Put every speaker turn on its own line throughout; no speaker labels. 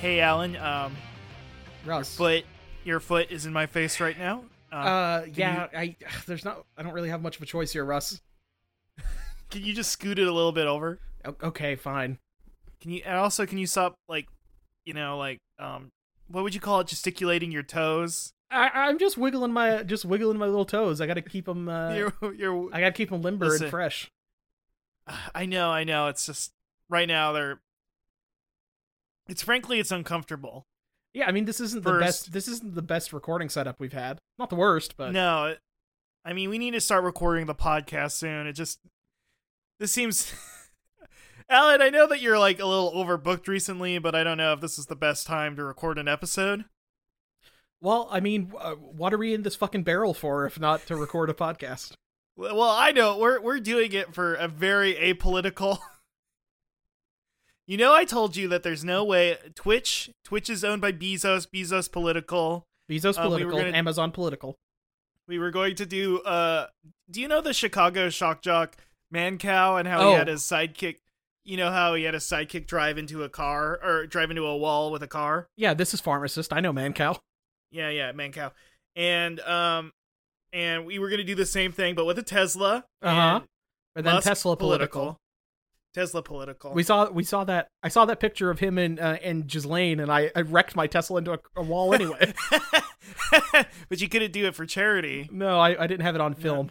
"Hey, Alan, um,
Russ.
foot, your foot is in my face right now." Um,
uh,
can
yeah, I ugh, there's not. I don't really have much of a choice here, Russ.
can you just scoot it a little bit over?
O- okay, fine.
Can you? And also, can you stop like, you know, like, um, what would you call it? Gesticulating your toes.
I, I'm just wiggling my just wiggling my little toes. I gotta keep them. Uh,
Your, your.
I gotta keep them limber
Listen.
and fresh.
I know, I know. It's just right now they're. It's frankly, it's uncomfortable.
Yeah, I mean this isn't the
First-
best. This isn't the best recording setup we've had. Not the worst, but
No, it- I mean we need to start recording the podcast soon. It just this seems. Alan, I know that you're like a little overbooked recently, but I don't know if this is the best time to record an episode.
well, I mean, uh, what are we in this fucking barrel for if not to record a podcast?
Well, well, I know we're we're doing it for a very apolitical. you know, I told you that there's no way Twitch. Twitch is owned by Bezos. Bezos political.
Bezos
Uh, we were
political,
gonna-
Amazon political.
We were going to do. Uh, do you know the Chicago shock jock man cow and how
Oh.
he had his sidekick? You know how he had a sidekick drive into a car or drive into a wall with a car.
Yeah, this is pharmacist. I know man cow.
Yeah, yeah, man cow. And um, and we were gonna do the same thing, but with a Tesla.
Uh-huh.
and
And then
Musk
Tesla political.
Tesla political.
We saw we saw that I saw that picture of him and uh, and Ghislaine, and I, I wrecked my Tesla into a, a wall anyway.
but you couldn't do it for charity.
no, I, I didn't have it on film, and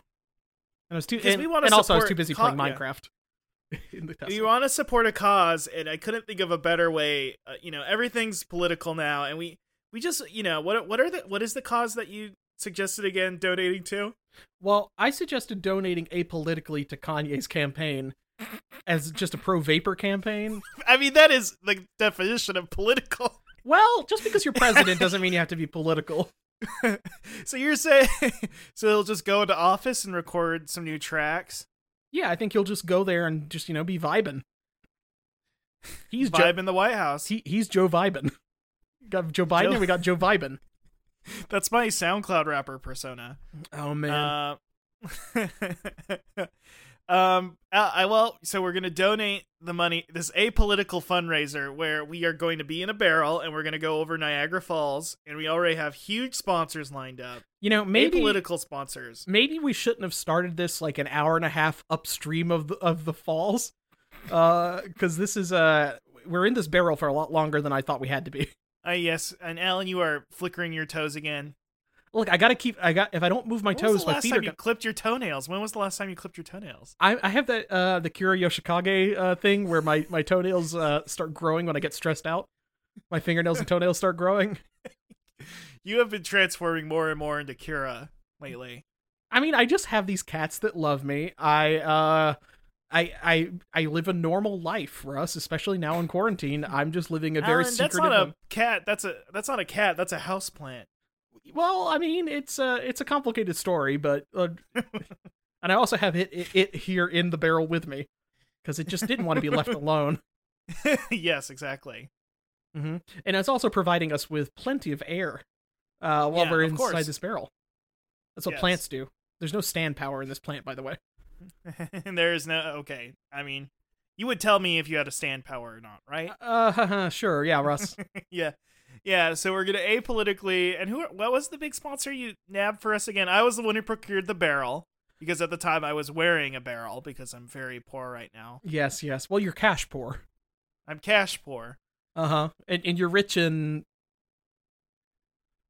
I was too
'Cause
and,
we wanna
and also I was
support
too busy
co-
playing
yeah.
Minecraft. in the
We
Tesla.
want to support a cause, and I couldn't think of a better way. Uh, you know, everything's political now, and we we just you know what what are the what is the cause that you suggested again donating to?
Well, I suggested donating apolitically to Kanye's campaign as just a pro vapor campaign.
I mean, that is the definition of political.
Well, just because you're president doesn't mean you have to be political.
So you're saying so he'll just go into office and record some new tracks,
Yeah, I think you'll just go there and just you know be vibin'. He's Joe.
vibe in the White House.
He, he's Joe Vibin. Got Joe Biden,
Joe-
and we got Joe Vibin.
That's my SoundCloud rapper persona.
Oh man.
Uh, um, I, I- well, so we're gonna donate the money. This apolitical fundraiser where we are going to be in a barrel and we're gonna go over Niagara Falls, and we already have huge sponsors lined up.
you know, maybe
apolitical sponsors.
maybe we shouldn't have started this like an hour and a half upstream of the, of the falls, because this is uh we're in this barrel for a lot longer than I thought we had to be.
Uh, yes, and Alan, you are flickering your toes again.
Look, I gotta keep. I got if I don't move my
when was
toes,
the last
my feet
time
are.
you
gonna-
clipped your toenails? When was the last time you clipped your toenails?
I, I have that uh the Kira Yoshikage uh, thing where my my toenails uh start growing when I get stressed out. My fingernails and toenails start growing.
You have been transforming more and more into Kira lately.
I mean, I just have these cats that love me. I uh I I I live a normal life, Russ, especially now in quarantine. I'm just living a very
Alan, Uh, that's
secretive
not a cat. That's a that's not a cat. That's a house plant.
Well, I mean, it's a it's a complicated story, but uh, and I also have it, it it here in the barrel with me cuz it just didn't want to be left alone.
yes, exactly.
hmm And it's also providing us with plenty of air uh while
Yeah,
we're
of
inside
course.
this barrel. That's what
Yes.
plants do. There's no stand power in this plant, by the way.
and there is no okay. I mean, you would tell me if you had a stand power or not, right?
Uh, sure, yeah, Russ.
yeah, yeah. So we're gonna apolitically. And who? What was the big sponsor you nabbed for us again? I was the one who procured the barrel because at the time I was wearing a barrel because I'm very poor right now.
Yes, yes. Well, you're cash poor.
I'm cash poor.
Uh huh. And and you're rich in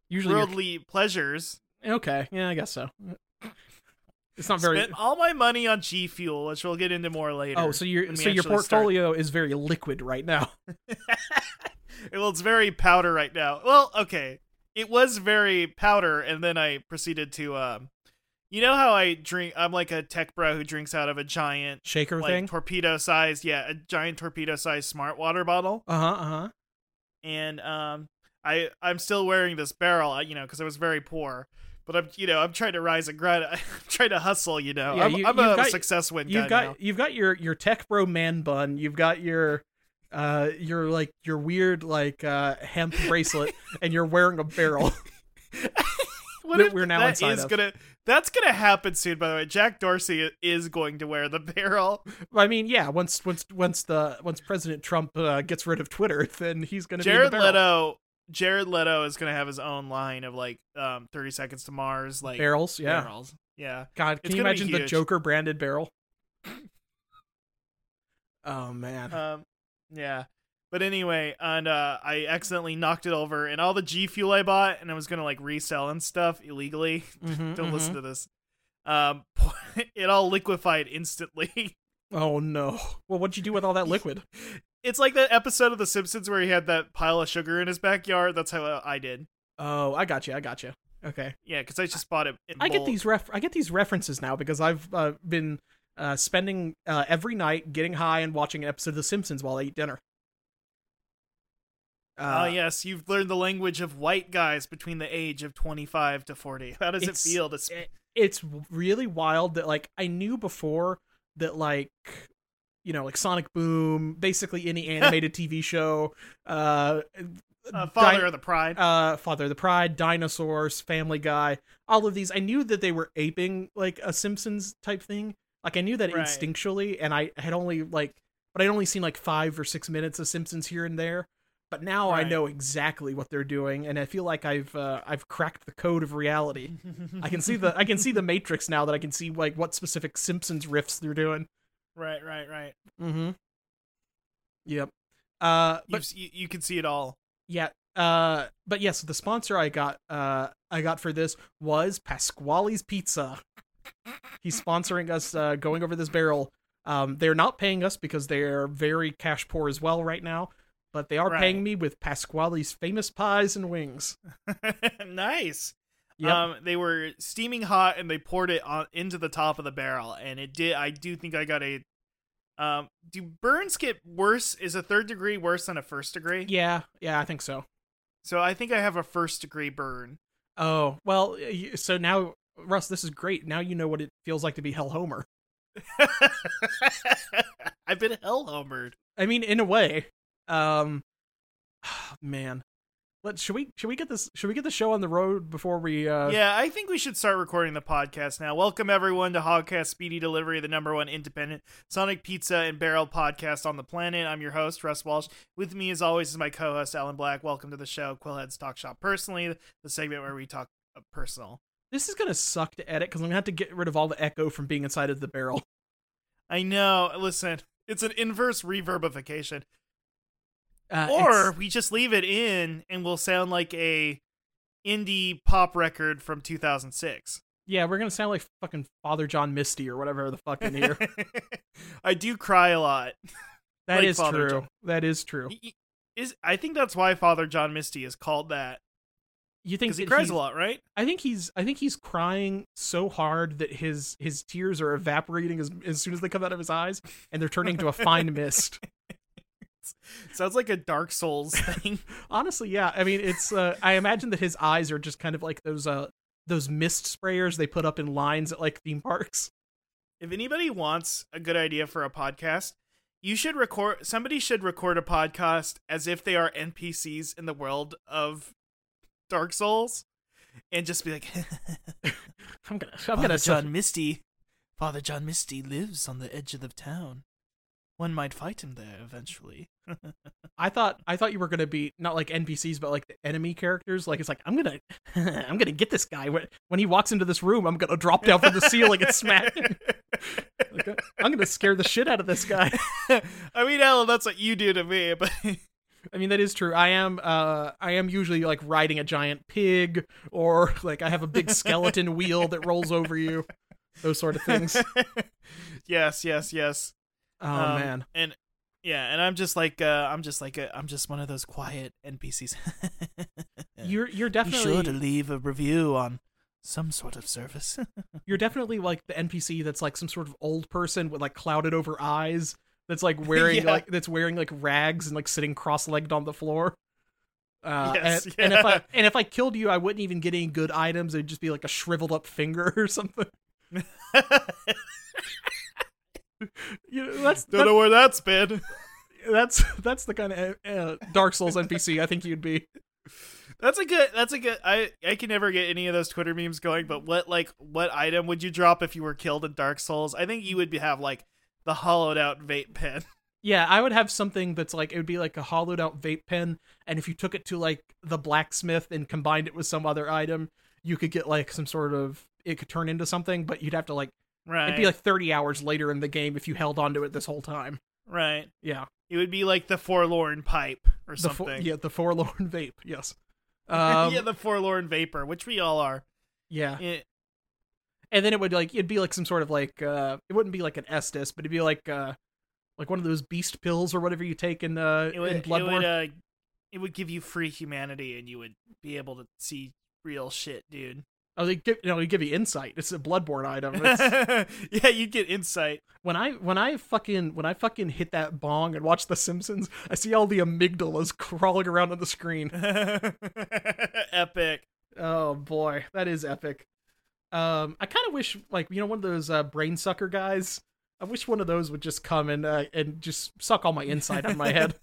usually. you're-
Worldly pleasures.
Okay. Yeah, I guess so. It's not very.
Spent all my money on G Fuel, which we'll get into more later.
oh, so your
when we
so
actually
your
start.
portfolio is very liquid right now.
well, it's very powder right now. Well, okay, it was very powder, and then I proceeded to um, you know how I drink? I'm like a tech bro who drinks out of a giant
Shaker
like
thing.
torpedo sized, yeah, a giant torpedo sized smart water bottle,
Uh huh. Uh huh.
and um, I I'm still wearing this barrel, uh, you know, because I was very poor. But I'm, you know, I'm trying to rise and grind. I'm trying to hustle, you know.
Yeah,
I'm,
you-
I'm
you've
a
got-
success win guy
You've got
now.
you've got your your tech bro man bun. You've got your. Uh, your like your weird like uh hemp bracelet, and you're wearing a barrel.
What
We're-
if
we're now
that
inside
is
of.
gonna that's gonna happen soon. By the way, Jack Dorsey is going to wear the barrel.
I mean, yeah. Once once once the once President Trump uh, gets rid of Twitter, then he's going to be in the
Jared
barrel.
Leto. Jared Leto is gonna have his own line of like um, Thirty Seconds to Mars, like
barrels. Yeah.
barrels. Yeah,
God,
It's
can you
gonna be
imagine the
huge.
Joker branded barrel? oh man.
um, yeah. But anyway, and uh, I accidentally knocked it over, and all the G fuel I bought, and I was gonna like resell and stuff illegally.
Mhm,
Don't listen
mhm.
to this. Um, it all liquefied instantly.
Oh no. Well, what'd you do with all that liquid?
It's like that episode of The Simpsons where he had that pile of sugar in his backyard. That's how uh, I did.
Oh, I got you. I got you. Okay.
Yeah, because I just bought it. in
I get
bulk.
these ref. I get these references now because I've uh, been uh, spending uh, every night getting high and watching an episode of The Simpsons while I eat dinner.
Oh
Uh,
yes, you've learned the language of white guys between the age of twenty-five to forty. How does it
It's-
feel to? Sp-
it- it's really wild that like I knew before that like you know like Sonic Boom, basically any animated TV show, uh,
uh, Father
Di-
of the Pride.
uh, Father of the Pride, Dinosaurs, Family Guy, all of these. I knew that they were aping like a Simpsons type thing. Like I knew that
Right.
instinctually, and I had only like, but I'd only seen like five or six minutes of Simpsons here and there. But now I
Right.
know exactly what they're doing, and I feel like I've uh, I've cracked the code of reality. I can see the I can see the matrix now that I can see like what specific Simpsons riffs they're doing.
right, right, right.
Mm-hmm. Yep. Uh,
You
but
s- you, you can see it all.
yeah. Uh, but yes, the sponsor I got uh I got for this was Pasquale's Pizza. He's sponsoring us uh, going over this barrel. Um, they're not paying us because they're very cash poor as well right now, but they are
Right.
paying me with Pasquale's famous pies and wings.
nice.
Yep.
Um, they were steaming hot, and they poured it on into the top of the barrel, and it did. I do think I got a. Um, do burns get worse? Is a third degree worse than a first degree?
yeah, yeah, I think so.
So I think I have a first degree burn.
Oh, well, you- so now, Russ, this is great. Now you know what it feels like to be Hell Homer.
I've been hell homered.
I mean, in a way. Um, man. Let, should we should we get this should we get the show on the road before we uh
yeah, I think we should start recording the podcast now. Welcome everyone to Hogcast Speedy Delivery, the number one independent Sonic Pizza and Barrel podcast on the planet. I'm your host Russ Walsh. With me, as always, is my co-host Alan Black. Welcome to the show, Quillhead's Talk Shop. Personally, the segment where we talk uh, personal.
this is gonna suck to edit because I'm gonna have to get rid of all the echo from being inside of the barrel.
I know. Listen, it's an inverse reverbification,
Uh,
or
it's-
we just leave it in and we'll sound like a indie pop record from 2006.
yeah, we're gonna sound like fucking Father John Misty or whatever the fuck in here.
I do cry a lot.
That
Like
is
Father
true.
John.
That is true.
Y- y- Is I think that's why Father John Misty is called that
You think
because he
that
cries
he's-
a lot, right?
I think he's I think he's crying so hard that his his tears are evaporating as as soon as they come out of his eyes and they're turning to a fine mist.
Sounds like a Dark Souls thing.
Honestly, yeah. I mean, it's uh, I imagine that his eyes are just kind of like those uh those mist sprayers they put up in lines at like theme parks.
if anybody wants a good idea for a podcast, you should record. Somebody should record a podcast as if they are NPCs in the world of Dark Souls, and just be like,
I'm gonna I'm gonna send
Misty, Father John Misty lives on the edge of the town. One might fight him there eventually.
I thought I thought you were gonna be not like NPCs but like the enemy characters. Like it's like I'm gonna I'm gonna get this guy when when he walks into this room. I'm gonna drop down from the ceiling and smack him. Like, I'm gonna scare the shit out of this guy.
I mean, Alan, that's what you do to me, but
I mean that is true. I am uh I am usually like riding a giant pig or like I have a big skeleton wheel that rolls over you. Those sort of things.
yes, yes, yes.
Oh
Um,
man.
and yeah, and I'm just like, uh, I'm just like, i I'm just one of those quiet NPCs.
You're you're
Be sure to
definitely
leave a review on some sort of service.
you're definitely like the NPC that's like some sort of old person with like clouded over eyes that's like wearing
Yeah.
like that's wearing like rags and like sitting cross-legged on the floor. Uh,
Yes,
and, and if
yeah.
I and if I killed you, I wouldn't even get any good items. It'd just be like a shriveled up finger or something. You know, that's
Don't
that,
know where that's been.
that's that's the kind of uh, Dark Souls NPC I think you'd be.
That's a good. That's a good. I I can never get any of those Twitter memes going. But what like what item would you drop if you were killed in Dark Souls? I think you would be, have like the hollowed out vape pen.
Yeah, I would have something that's like it would be like a hollowed out vape pen, and if you took it to like the blacksmith and combined it with some other item, you could get like some sort of it could turn into something, but you'd have to like
Right.
it'd be like thirty hours later in the game if you held onto it this whole time.
right.
Yeah,
It would be like the forlorn pipe or
the fo-
something.
yeah the forlorn vape. Yes. Um,
yeah, the forlorn vapor, which we all are.
yeah,
Eh,
and then it would like it'd be like some sort of like uh it wouldn't be like an Estus, but it'd be like uh like one of those beast pills or whatever you take in uh
It would.
in
It would,
Bloodborne.
uh, it would give you free humanity, and you would be able to see real shit, dude.
Oh, they give, no, they give you insight. It's a bloodborne item. It's-
yeah, you'd get insight.
when I when I fucking when I fucking hit that bong and watch The Simpsons, I see all the amygdalas crawling around on the screen.
Epic.
Oh boy, that is epic. Um, I kind of wish like you know one of those uh, brain sucker guys. I wish one of those would just come and uh, and just suck all my inside out of my head.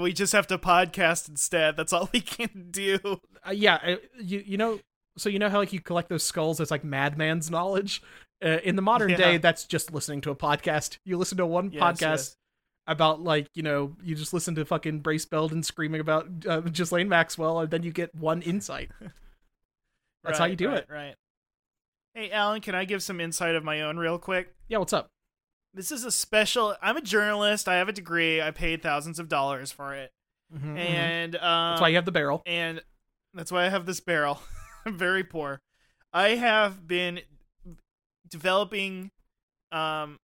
we just have to podcast instead. That's all we can do.
Uh, yeah, I, you you know so you know how like you collect those skulls as like madman's knowledge. Uh, in the modern
Yeah.
day, that's just listening to a podcast. You listen to one
Yes,
podcast.
yes.
about like you know you just listen to fucking Brace Belden screaming about uh, Ghislaine Maxwell, and then you get one insight. That's how
Right,
you do
right,
it.
Right. Hey, Alan, can I give some insight of my own real quick?
Yeah, what's up?
This is a special. I'm a journalist. I have a degree. I paid thousands of dollars for it,
Mm-hmm,
and um,
That's why you have the barrel.
and that's why I have this barrel. I'm very poor. I have been developing, um,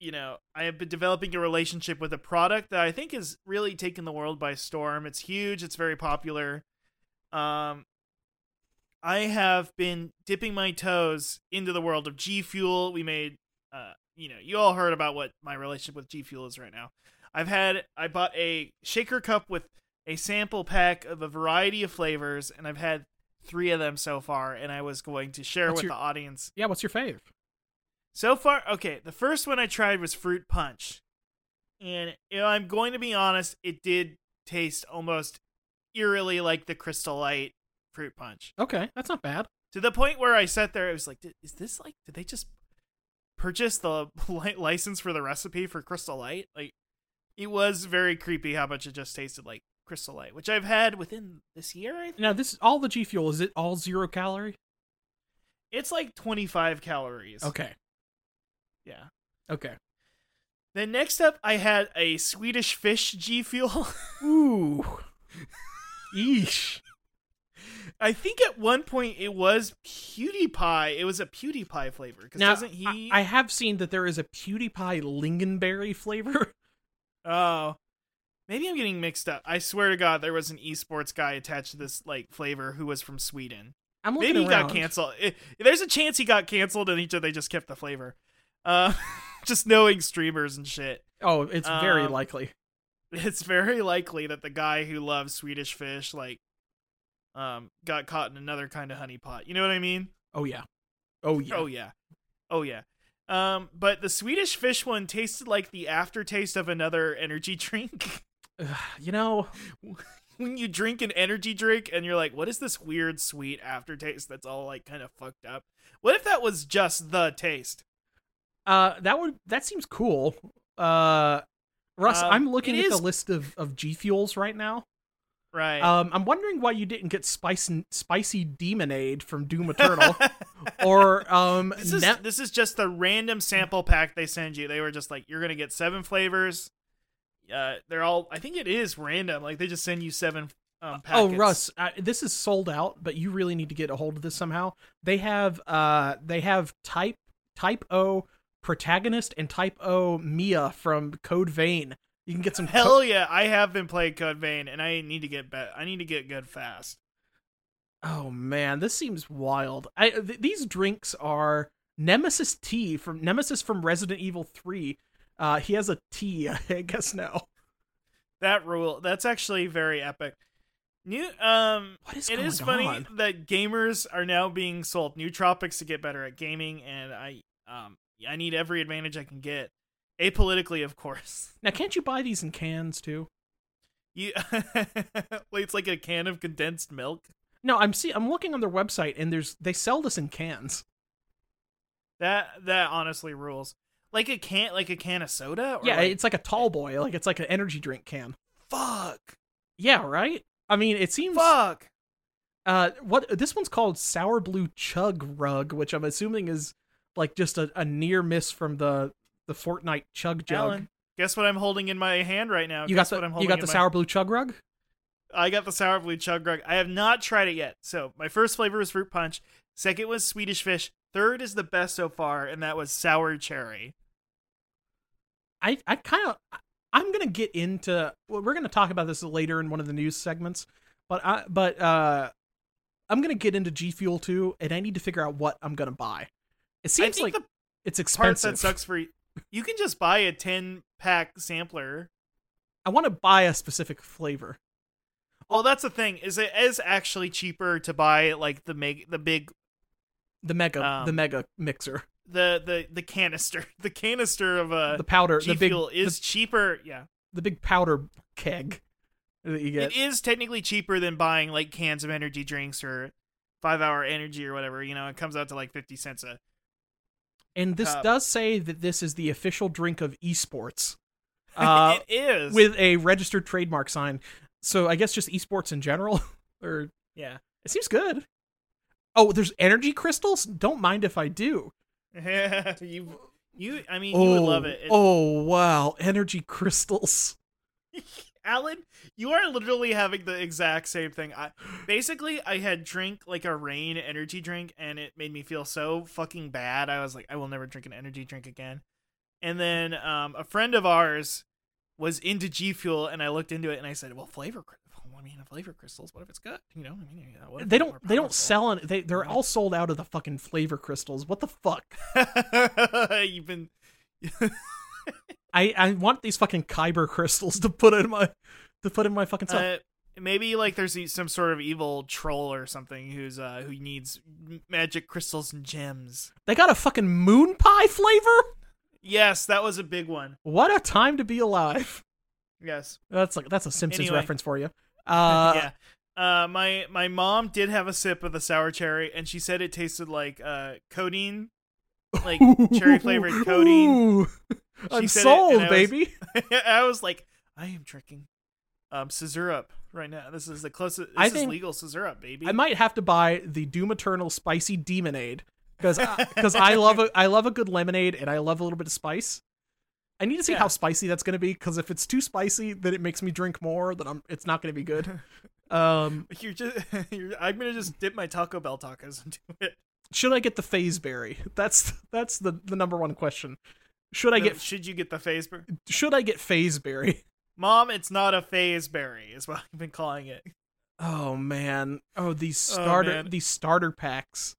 you know, I have been developing a relationship with a product that I think is really taken the world by storm. It's huge. It's very popular. Um, I have been dipping my toes into the world of G Fuel. We made, uh, you know, you all heard about what my relationship with G Fuel is right now. I've had, I bought a shaker cup with a sample pack of a variety of flavors, and I've had three of them so far, and I was going to share
What's
with
your-
the audience.
Yeah, what's your fave?
So far, okay, the first one I tried was fruit punch, and you know, I'm going to be honest, it did taste almost eerily like the Crystal Light fruit punch
Okay, that's not bad.
to the point where I sat there. I was like, "Did- is this like? Did they just purchase the li- license for the recipe for Crystal Light? Like, it was very creepy how much it just tasted like Crystal Light, which I've had within this year. I think.
Now this all the G fuel is it all zero calorie?
It's like 25 calories.
Okay,
Yeah.
okay.
Then next up, I had a Swedish fish G Fuel.
Ooh, eesh.
I think at one point it was PewDiePie. It was a PewDiePie flavor. Because
Now,
doesn't he?
I, I have seen that there is a PewDiePie lingonberry flavor.
Oh. Maybe I'm getting mixed up. I swear to God, there was an esports guy attached to this like flavor who was from Sweden.
I'm looking
Maybe he
around.
got canceled. It- there's a chance he got canceled, and he, they just kept the flavor. Uh, just knowing streamers and shit,
Oh, it's very
Um,
likely.
it's very likely that the guy who loves Swedish fish like, um, got caught in another kind of honeypot. You know what I mean?
Oh yeah, oh yeah.
Oh yeah. Oh yeah. Um, but the Swedish fish one tasted like the aftertaste of another energy drink.
Ugh, you know,
when you drink an energy drink and you're like, what is this weird sweet aftertaste that's all like kind of fucked up? What if that was just the taste?
Uh, that would that seems cool. Uh, Russ,
Um,
I'm looking
it
at
is-
the list of of G fuels right now.
Right.
Um, I'm wondering why you didn't get spicy spicy demonade from Doom Eternal or um
this is
ne-
this is just the random sample pack they send you. They were just like, you're gonna get seven flavors. Uh, they're all. I think it is random. Like they just send you seven. Um,
Oh,
packets.
Russ, uh, this is sold out, but you really need to get a hold of this somehow. They have uh they have type type O protagonist and type O Mia from Code Vein. You can get some co-
Hell yeah, I have been playing Code Vein, and I need to get bet. I need to get good fast.
Oh man, this seems wild. I th- these drinks are Nemesis tea from Nemesis from Resident Evil 3. Uh he has a tea, I guess now.
That rule. That's actually very epic. New. Um,
What is
it
going
is funny
on?
that gamers are now being sold new tropics to get better at gaming, and I um I need every advantage I can get. Apolitically, of course.
Now can't you buy these in cans too?
You, it's like a can of condensed milk.
No, I'm see I'm looking on their website and there's they sell this in cans.
That that honestly rules. Like a can, like a can of soda. Or
yeah,
like,
it's like a tall boy, like it's like an energy drink can.
fuck,
Yeah, right? I mean, it seems
fuck.
uh what this one's called Sour Blue Chug Rug, which I'm assuming is like just a, a near miss from the the Fortnite Chug Jug.
Alan, guess what I'm holding in my hand right now?
you got
Guess
the
what I'm holding
you got
in
the
my-
Sour Blue Chug Rug?
I got the sour blue chug rug. I have not tried it yet. So my first flavor was fruit punch. Second was Swedish fish. Third is the best so far, and that was sour cherry.
I I kind of I'm gonna get into well, we're gonna talk about this later in one of the news segments, but I but uh I'm gonna get into G Fuel too, and I need to figure out what I'm gonna buy.
I
It seems
think
like
the
it's
part
expensive.
that sucks for you can just buy a ten pack sampler.
I want to buy a specific flavor.
Well, Oh, that's the thing is it is actually cheaper to buy like the make the big
The mega
Um,
the mega mixer,
the the the canister the canister of a
the powder,
G
the big
fuel uh, is cheaper. Yeah,
the, the big powder keg that you get.
it is technically cheaper than buying like cans of energy drinks or five hour energy or whatever. You know, it comes out to like fifty cents a.
and this
cup.
does say that this is the official drink of esports. Uh,
it is
with a registered trademark sign. So I guess just esports in general, or
yeah.
it seems good. Oh, there's energy crystals. Don't mind if I do.
you you I mean
oh,
you would love it. It-
Oh wow, energy crystals.
Alan, you are literally having the exact same thing. I basically I had drink like a rain energy drink and it made me feel so fucking bad. I was like, I will never drink an energy drink again. And then um, a friend of ours was into G Fuel and I looked into it and I said, Well, flavor cry- well, I mean flavor crystals, what if it's good? You know, I mean yeah, what if
They
it's
don't.
more
They don't
powerful?
sell. On, they they're all sold out of the fucking flavor crystals. What the fuck?
You've been
I I want these fucking kyber crystals to put in my to put in my fucking stuff.
Uh, maybe like there's e- some sort of evil troll or something who's uh who needs m- magic crystals and gems.
they got a fucking moon pie flavor.
Yes, that was a big one.
What a time to be alive.
Yes.
That's like that's a Simpsons
Anyway.
reference for you. Uh,
yeah. Uh, my my mom did have a sip of the sour cherry, and she said it tasted like uh codeine, like cherry flavored codeine.
Ooh. I'm
said it,
sold,
and I was-
baby.
I was like, I am drinking um scissorup right now. This is the closest. This
I
is
think-
legal scissorup, baby.
I might have to buy the Doom Eternal spicy demonade because because I love a I love a good lemonade and I love a little bit of spice. I need to see
Yeah.
how spicy that's going to be because if it's too spicy, then it makes me drink more. Then I'm it's not going to be good. Um,
You're just. You're, I'm gonna just dip my Taco Bell tacos into it.
should I get the phase berry? That's that's the the number one question. Should I
No,
get
should you get the phase ber-
should I get phase berry?
Mom, it's not a phase berry, is what I've been calling it.
Oh man. Oh these
Oh,
starter
man.
these starter packs.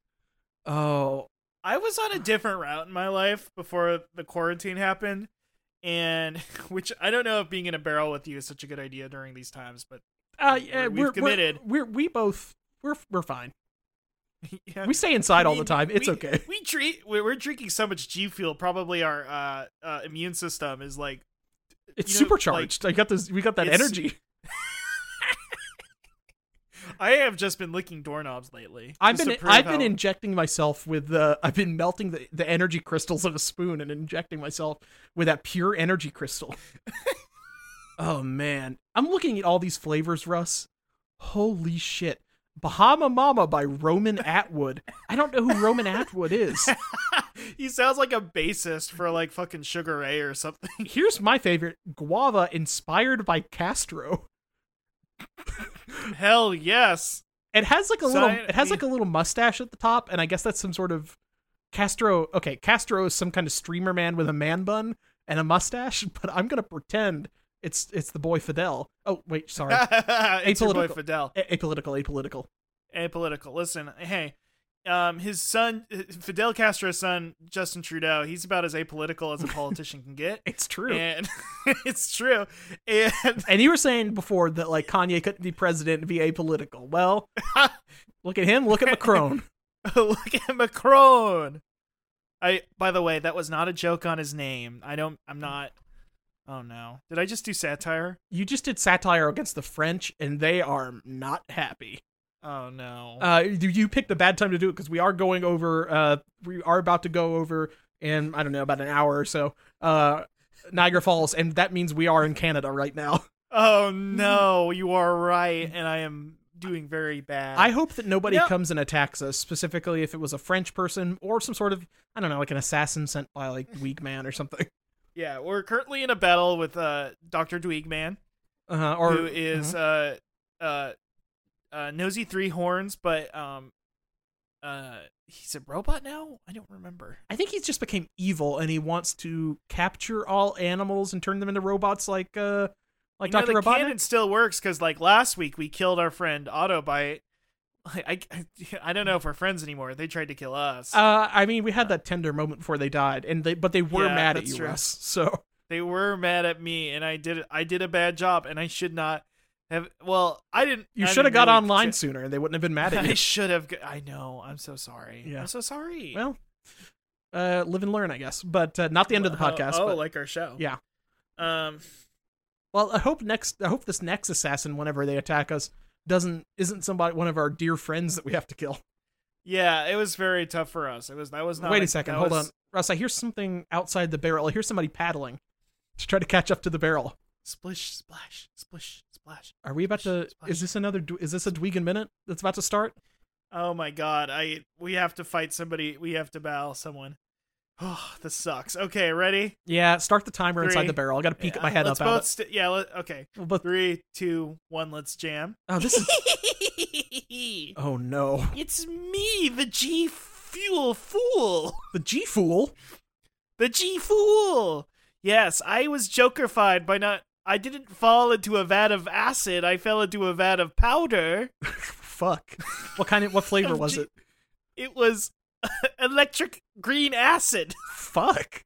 Oh
I was on a different route in my life before the quarantine happened, and which I don't know if being in a barrel with you is such a good idea during these times, but
uh,
We're-
yeah,
we've
we're,
committed.
We're, we're we both we're we're fine.
yeah.
We stay inside all
I
the
mean,
time. It's
we-
okay.
We treat we're, we're drinking so much G Fuel, probably our uh, uh, immune system is like
It's
you know,
supercharged. I got this. We got that
it's-
energy.
I have just been licking doorknobs lately.
I've
just
been
to prove
I've
how-
been injecting myself with the I've been melting the, the energy crystals in a spoon and injecting myself with that pure energy crystal. oh man, I'm looking at all these flavors, Russ. Holy shit. Bahama Mama by Roman Atwood. I don't know who Roman Atwood is.
he sounds like a bassist for like fucking Sugar Ray or something.
Here's my favorite guava inspired by Castro.
Hell yes.
It has like a
So
little
I-
it has like a little mustache at the top, and I guess that's some sort of Castro okay, Castro is some kind of streamer man with a man bun and a mustache, but I'm gonna pretend it's it's the boy Fidel. Oh wait, sorry. A-
it's your boy
Apolitical.
Fidel.
apolitical, apolitical.
Apolitical. Listen, hey, um, his son, Fidel Castro's son, Justin Trudeau, he's about as apolitical as a politician can get.
It's true.
And it's true. And
and you were saying before that like Kanye couldn't be president and be apolitical. Well look at him, look at Macron.
look at Macron. I, by the way, that was not a joke on his name. I don't, I'm not, Oh no. Did I just do satire?
You just did satire against the French, and they are not happy.
Oh no.
Uh, you you picked a bad time to do it because we are going over. Uh, we are about to go over in I don't know about an hour or so. Uh, Niagara Falls, and that means we are in Canada right now.
oh no, you are right, and I am doing very bad.
I hope that nobody
Yep.
comes and attacks us, specifically if it was a French person or some sort of I don't know, like an assassin sent by like weak man or something,
yeah, we're currently in a battle with uh Doctor Dweegman,
uh, or uh-huh.
who is uh uh uh nosy three horns, but um uh he's a robot now? I don't remember.
I think he just became evil and he wants to capture all animals and turn them into robots like uh like
You know,
Dr.
the
Robotnik.
cannon still works because like last week we killed our friend Autobite. Like, I, I don't know if we're friends anymore. They tried to kill us.
Uh I mean we had that tender moment before they died and they but they were
Yeah,
mad at
that's
you
true.
Russ. So
they were mad at me, and I did I did a bad job, and I should not have. Well, I didn't.
you
I
should have
didn't
got
really
online
Ch-
sooner and they wouldn't have been mad at
I
you.
should have. g- I know. I'm so sorry.
Yeah.
I'm so sorry.
well, uh live and learn I guess, but uh, not the end of the
Well,
podcast.
Oh,
but-
like our show.
Yeah.
Um.
Well, I hope next I hope this next assassin whenever they attack us doesn't isn't somebody one of our dear friends that we have to kill.
Yeah. It was very tough for us. It was. That was not.
Wait a
Oh, like-
second,
that
hold
was-
on. Russ, I hear something outside the barrel. I hear somebody paddling to try to catch up to the barrel.
Splish, splash, splish, splash.
Are we about to?
Splash, splash.
Is this another? Dw- Is this a Dwegan minute that's about to start?
Oh my god, I we have to fight somebody. We have to battle someone. Oh, this sucks. Okay, ready?
Yeah, start the timer inside
Three.
the barrel. I got to peek
yeah,
my head
let's
up.
both
Out of it.
st- yeah, let, okay.
Well, but
Three, two, one, let's jam.
oh, this is. Oh no,
it's me, the G Fuel Fool.
the G fool.
The G Fool. Yes, I was jokerfied by not I didn't fall into a vat of acid. I fell into a vat of powder.
Fuck. What kind of what flavor
Of
was
G-
it?
It was electric green acid.
Fuck.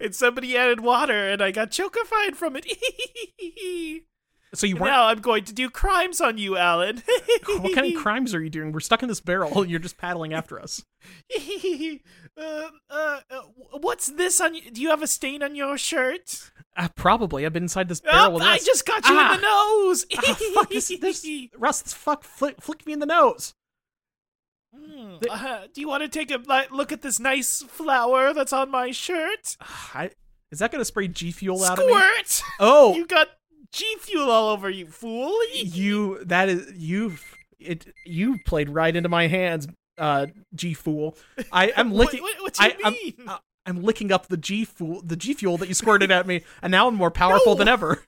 and somebody added water and I got chokified from it.
So you weren't.
now I'm going to do crimes on you, Alan.
What kind of crimes are you doing? We're stuck in this barrel. and You're just paddling after us.
crime? uh, uh, uh, what's this on you? Do you have a stain on your shirt?
Uh, probably. I've been inside this barrel.
Oh,
with
I
us.
just got you
Ah.
in the nose.
Ah, fuck this, this Russ. This fuck flick, flicked me in the nose.
Mm,
Th-
uh, do you want to take a li- look at this nice flower that's on my shirt?
Ah, I, is that gonna spray G fuel out of me?
Squirt!
Oh,
You got G fuel all over you, fool.
you that is you it you played right into my hands uh g fool i i'm licking
What, what, what do you
I- I'm-
mean?
uh, i'm licking up the g fool the g fuel that you squirted at me and now i'm more powerful
No.
than ever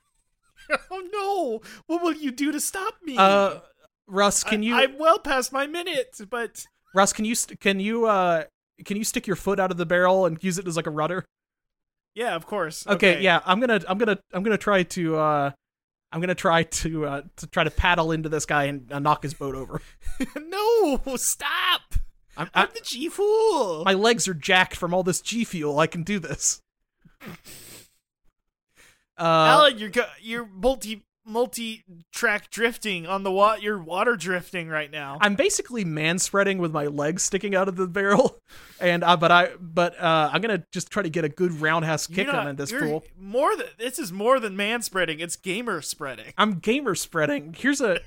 Oh no! What will you do to stop me?
uh russ can you
I, am well past my minute, but
russ can you st- can you uh can you stick your foot out of the barrel and use it as like a rudder
yeah, of course.
okay, yeah i'm gonna i'm gonna i'm gonna try to uh i'm gonna try to uh to try to paddle into this guy and uh, knock his boat over
no, stop!
I'm,
I'm
I,
the G fool.
my legs are jacked from all this G fuel. I can do this. Uh,
Alan, you're go- you're multi multi track drifting on the water. You're water drifting right now.
I'm basically man spreading with my legs sticking out of the barrel, and uh, but I but uh, I'm gonna just try to get a good roundhouse
You're
kick
not-
on in this
you're
fool.
More than this is more than man spreading. It's gamer spreading.
I'm gamer spreading. Here's a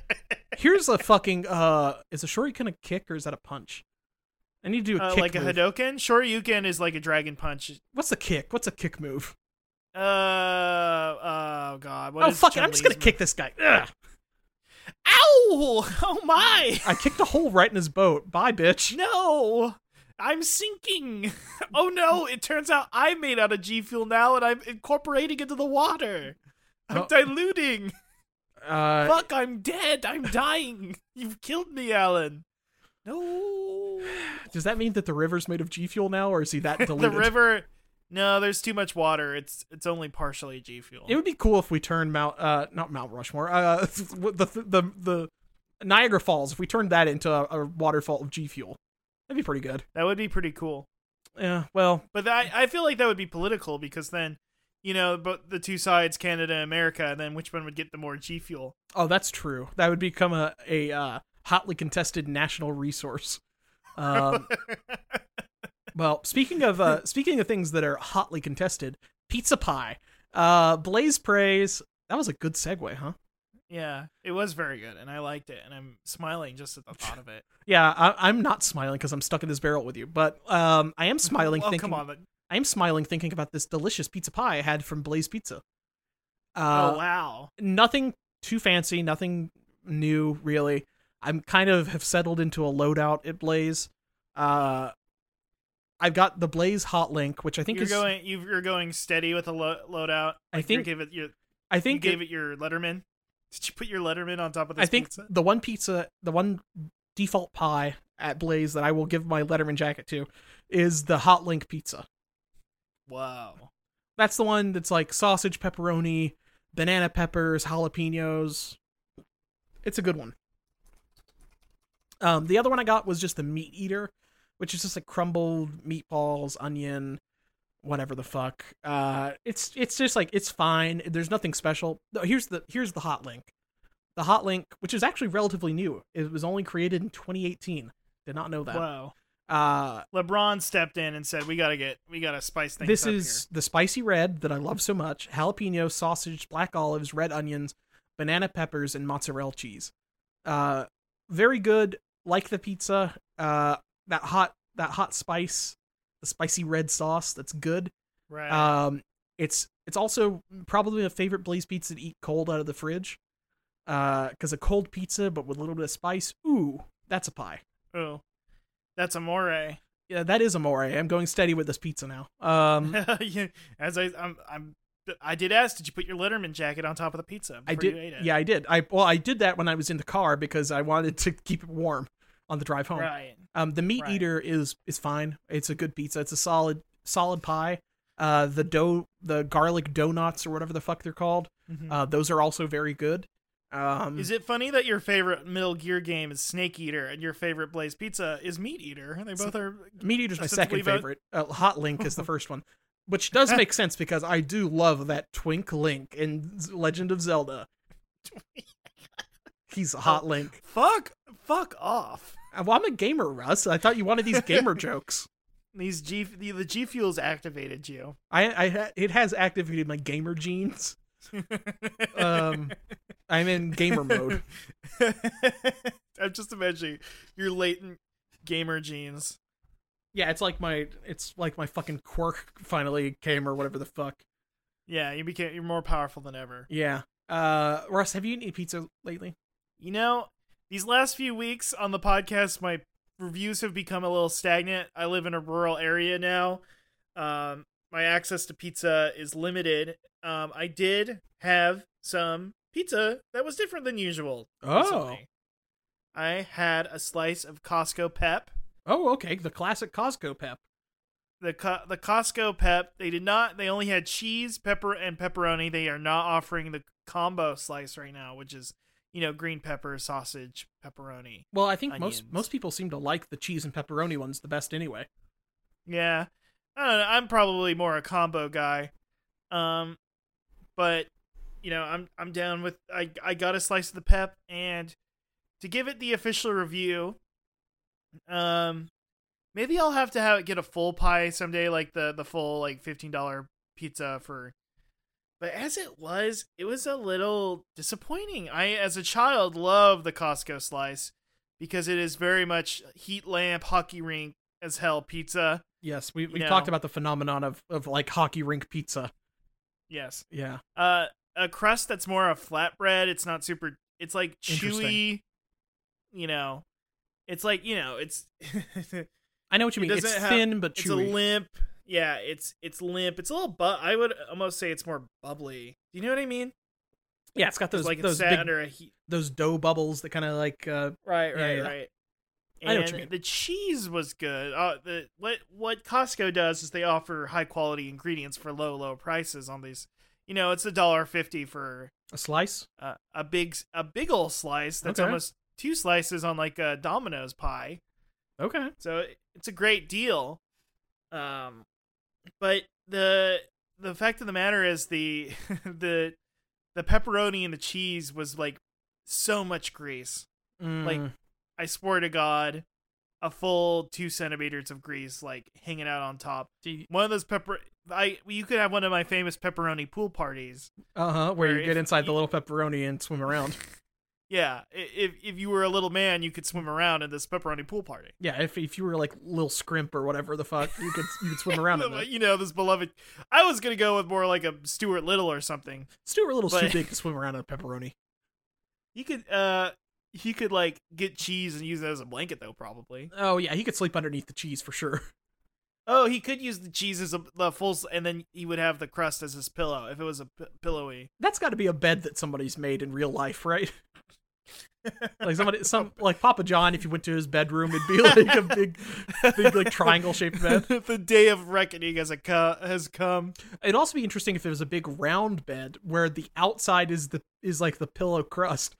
here's a fucking uh, is a shuriken a kick or is that a punch? I need to do a
Uh,
kick
like a
move.
Hadoken, Shoryuken is like a dragon punch.
What's a kick? What's a kick move?
Uh, oh god. what
oh
is
fuck it! I'm just gonna
Chun-Li's
kick this guy. Ugh.
Ow! Oh my!
I kicked a hole right in his boat. Bye, bitch.
No! I'm sinking! Oh no, it turns out I'm made out of G Fuel now and I'm incorporating into the water! I'm
Oh.
diluting!
Uh,
Fuck, I'm dead! I'm dying! You've killed me, Alan! No!
Does that mean that the river's made of G fuel now, or is he that
the
diluted?
river. No, there's too much water. It's it's only partially G Fuel.
It would be cool if we turned Mount, uh, not Mount Rushmore, uh, the the the Niagara Falls. If we turned that into a, a waterfall of G fuel, that'd be pretty good.
that would be pretty cool.
Yeah. Well,
But that, I feel like that would be political because then, you know, but the two sides, Canada and America, and then which one would get the more G Fuel?
oh, that's true. That would become a a uh, hotly contested national resource. Um, well, speaking of uh, speaking of things that are hotly contested, pizza pie. Uh, Blaze praise. That was a good segue, huh?
Yeah, it was very good, and I liked it, and I'm smiling just at the thought of it.
Yeah, I- I'm not smiling because I'm stuck in this barrel with you, but um, I am smiling.
oh,
thinking
come on. then.
I am smiling thinking about this delicious pizza pie I had from Blaze Pizza. Uh,
oh, wow.
nothing too fancy, nothing new really. I'm kind of have settled into a loadout at Blaze. Uh, I've got the Blaze Hot Link, which I think
You're
is
going, you- you're going steady with a lo- loadout.
I
Like, you
think-
gave it your,
I
you
think
gave it your Letterman. Did you put your Letterman on top of this
I think
pizza?
the one pizza, the one default pie at Blaze that I will give my Letterman jacket to is the Hot Link pizza.
Wow.
That's the one that's like sausage, pepperoni, banana peppers, jalapenos. It's a good one. Um, the other one I got was just the meat eater, which is just like crumbled meatballs, onion, whatever the fuck. Uh, it's it's just like it's fine. There's nothing special. No, here's the here's the hot link. The hot link, which is actually relatively new, it was only created in 2018. Did not know that.
Wow.
Uh,
LeBron stepped in and said, "We gotta get, we gotta spice things
this
up
is the spicy red that I love so much: jalapeno, sausage, black olives, red onions, banana peppers, and mozzarella cheese. Uh, very good. Like the pizza, uh, that hot that hot spice, the spicy red sauce. That's good.
here." Right.
Um, it's it's also probably a favorite Blaze pizza to eat cold out of the fridge. Uh, because a cold pizza but with a little bit of spice, ooh, that's a pie.
oh, that's amore.
Yeah, that is amore. I'm going steady with this pizza now. Um,
Yeah, As I, I'm, I'm, I did ask, did you put your Letterman jacket on top of the pizza?
I
before
did.
You ate it?
Yeah, I did. I well, I did that when I was in the car because I wanted to keep it warm on the drive home.
Right.
Um, the meat
Right.
eater is is fine. It's a good pizza. It's a solid solid pie. Uh, the dough, the garlic donuts or whatever the fuck they're called.
Mhm.
Uh, those are also very good. Um,
Is it funny that your favorite Metal Gear game is Snake Eater and your favorite Blaze Pizza is Meat Eater? They both are.
meat eater's my
since
second
we've out-
favorite. Uh, Hot Link is the first one, which does make sense because I do love that Twink Link in Z- Legend of Zelda. He's
Oh.
a Hot Link.
Fuck, fuck off.
Uh, Well, I'm a gamer, Russ. I thought you wanted these gamer jokes.
These G, the, the G fuels activated you.
I, I, ha- it has activated my gamer genes. Um, I'm in gamer mode.
I'm just imagining your latent gamer genes.
Yeah, it's like my, it's like my fucking quirk finally came or whatever the fuck.
Yeah, you became you're more powerful than ever.
Yeah. Uh, Russ, have you eaten any pizza lately?
You know, these last few weeks on the podcast, my reviews have become a little stagnant. I live in a rural area now. Um, my access to pizza is limited. Um, I did have some pizza that was different than usual. recently. I had a slice of Costco Pep.
Oh, okay. The classic Costco pep.
The co- the Costco Pep. They did not. They only had cheese, pepper, and pepperoni. They are not offering the combo slice right now, which is you know green pepper, sausage, pepperoni.
Well, I think most
Onions.
most people seem to like the cheese and pepperoni ones the best anyway.
Yeah. I don't know. I'm probably more a combo guy. Um but you know, I'm I'm down with I I got a slice of the pep and to give it the official review um maybe I'll have to have get a full pie someday like the the full like $15 pizza for but as it was, it was a little disappointing. I as a child loved the Costco slice because it is very much heat lamp hockey rink as hell pizza.
Yes, we we
No.
talked about the phenomenon of of like hockey rink pizza.
Yes.
Yeah.
Uh, a crust that's more a flatbread. It's not super. It's like chewy.
Interesting.
You know, it's like you know, it's
I know what you
It
mean. It's
doesn't have-
thin but chewy.
it's a limp. Yeah, it's it's limp. It's a little but I would almost say it's more bubbly. Do you know what I mean?
yeah, it's got
It's
those
like it's
those
sat
big
under a heat.
those dough bubbles that kind of like uh
Right,
Yeah,
right,
yeah.
right. And
I know what you mean.
the cheese was good. Uh, the what what Costco does is they offer high quality ingredients for low low prices on these. You know, it's a dollar fifty for
a slice
uh, a big a big old slice that's
Okay.
almost two slices on like a Domino's pie.
okay
So it- it's a great deal. Um but the the fact of the matter is the the the pepperoni and the cheese was like so much grease.
like
I swear to god a full 2 centimeters of grease like hanging out on top. One of those pepper I you could have one of my famous pepperoni pool parties.
Uh huh. Where,
Where
you
if
get inside the
you-
little pepperoni and swim around.
Yeah, i- if if you were a little man, you could swim around in this pepperoni pool party.
yeah, if if you were like little scrimp or whatever the fuck, you could you could swim around in that.
you know this beloved. I was gonna go with more like a Stuart Little or something.
Stuart Little's too
But-
big to swim around in a pepperoni.
You could uh, you could like get cheese and use it as a blanket though, probably.
Oh yeah, he could sleep underneath the cheese for sure.
Oh, he could use the cheese as a the full, s- and then he would have the crust as his pillow if it was a p- pillowy.
That's got to be a bed that somebody's made in real life, right? like somebody, some like Papa John. If you went to his bedroom, it'd be like a big, big like triangle shaped bed.
the day of reckoning has a co- has come.
It'd also be interesting if there was a big round bed where the outside is the is like the pillow crust,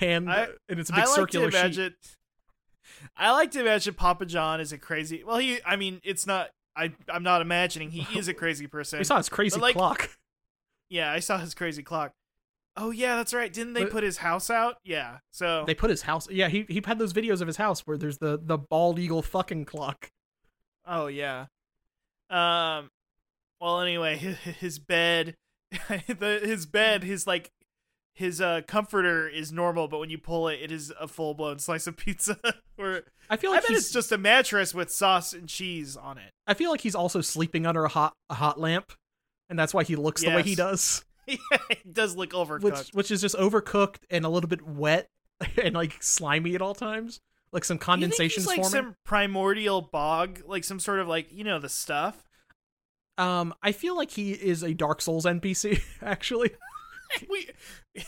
and
I-
and it's a big
I like
circular
to
sheet.
imagine. I like to imagine Papa John is a crazy. Well, he. I mean, it's not. I. I'm not imagining he is a crazy person.
We saw his crazy
But, like,
clock.
yeah, I saw his crazy clock. Oh yeah, that's right. Didn't they
But-
put his house out? Yeah. So
They put his house. Yeah, he he had those videos of his house where there's the the bald eagle fucking clock.
Oh yeah. Um. Well, anyway, his, bed, the, his bed, his like, his uh comforter is normal, but when you pull it, it is a full blown slice of pizza. or
I feel
I
like
bet
he's
it's just a mattress with sauce and cheese on it.
I feel like he's also sleeping under a hot a hot lamp, and that's why he looks the way he
Yes.
does,
it does look overcooked.
which which is just overcooked and a little bit wet and like slimy at all times, like some
Do you think
condensation
he's like
forming.
some primordial bog, like some sort of like you know the stuff.
Um, I feel like he is a Dark Souls NPC. Actually,
we.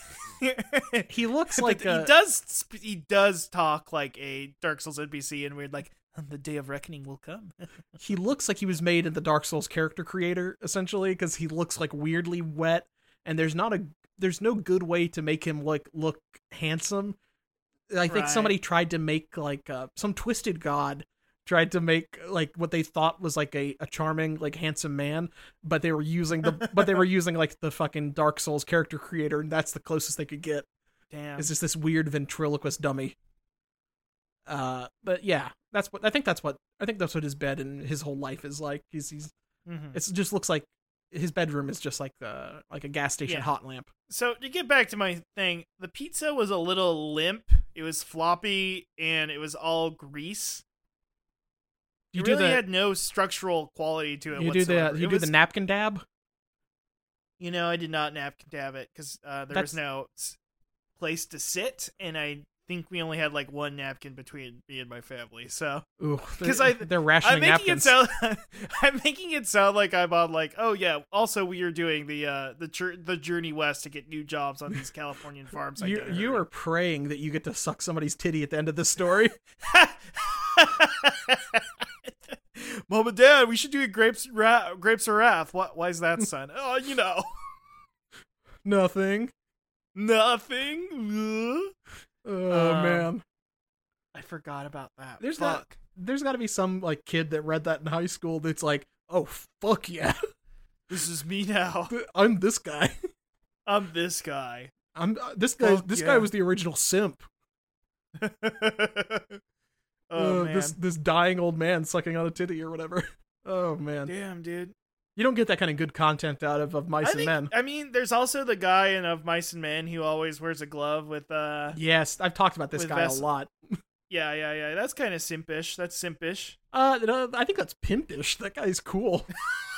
he looks
But
like
he
a,
does sp- he does talk like a Dark Souls NPC and we're like "Um, the day of reckoning will come.
he looks like he was made in the Dark Souls character creator essentially because he looks like weirdly wet, and there's not a there's no good way to make him like look handsome. I think
Right.
somebody tried to make like uh, some twisted god tried to make like what they thought was like a, a charming like handsome man, but they were using the but they were using like the fucking Dark Souls character creator, and that's the closest they could get.
Damn.
is just this weird ventriloquist dummy. Uh, but yeah, that's what I think. That's what I think. That's what his bed and his whole life is like. He's he's
Mhm.
it just looks like his bedroom is just like the like a gas station
Yeah.
hot lamp.
So to get back to my thing, the pizza was a little limp. It was floppy and it was all grease.
You
it
do
really
the
had no structural quality to it.
you do
whatsoever.
the you
It
do
was-
the napkin dab.
You know, I did not napkin dab it because uh, there
That's-
was no s- place to sit, and I think we only had like one napkin between me and my family. So
Ooh,
'Cause
they're,
I-
they're rationing
I'm making
napkins.
it sound. I'm making it sound like I'm on like, oh yeah. Also, we are doing the uh the jour- the journey west to get new jobs on these Californian farms. I
you
get
you are praying that you get to suck somebody's titty at the end of this story.
Mom and Dad, we should do a grapes ra- grapes of wrath. Why, why is that, son? oh, you know,
Nothing.
nothing. Ugh.
Oh
Um,
man,
I forgot about that.
There's that-
Fuck.
there's got to be some like kid that read that in high school that's like, oh fuck yeah,
This is me now.
I'm this guy.
I'm this guy.
I'm uh, this guy.
Fuck
this
yeah.
guy was the original simp.
oh
Uh,
man,
This this dying old man sucking on a titty or whatever. Oh man,
damn, dude.
you don't get that kind of good content out of of mice
I
and
think-
men.
I mean, there's also the guy in Of Mice and Men who always wears a glove with uh
Yes, I've talked about this
With
guy
Ves-
a lot.
yeah, yeah, yeah. That's kind of simpish. That's simpish.
Uh, no, I think that's pimpish. That guy's cool.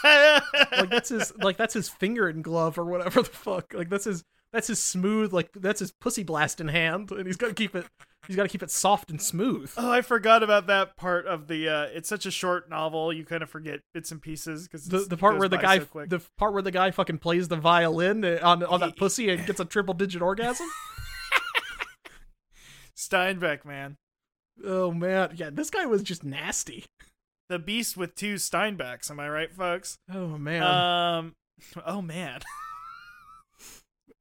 like that's his like that's his finger and glove or whatever the fuck. Like that's his that's his smooth like that's his pussy blast in hand, and he's got to keep it. He's got to keep it soft and smooth.
Oh, I forgot about that part of the. Uh, it's such a short novel, you kind of forget bits and pieces because
the, the part where the guy
so quick.
the part where the guy fucking plays the violin eh, on on
He-
that pussy and gets a triple digit orgasm.
Steinbeck man,
Oh man, yeah, this guy was just nasty.
the beast with two Steinbecks. Am I right, folks?
Oh man,
Um, oh man,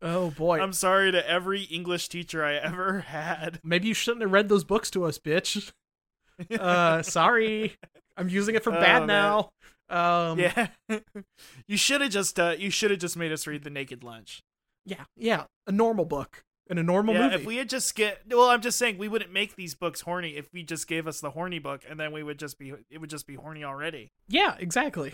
oh boy.
I'm sorry to every English teacher I ever had.
Maybe you shouldn't have read those books to us, bitch. Uh, sorry, I'm using it for bad
Oh, man.
now. Um, yeah,
yeah, you should have just uh, you should have just made us read the Naked Lunch.
yeah, yeah, a normal book and a normal
yeah,
movie.
if we had just get well, I'm just saying we wouldn't make these books horny if we just gave us the horny book and then we would just be it would just be horny already.
Yeah, exactly.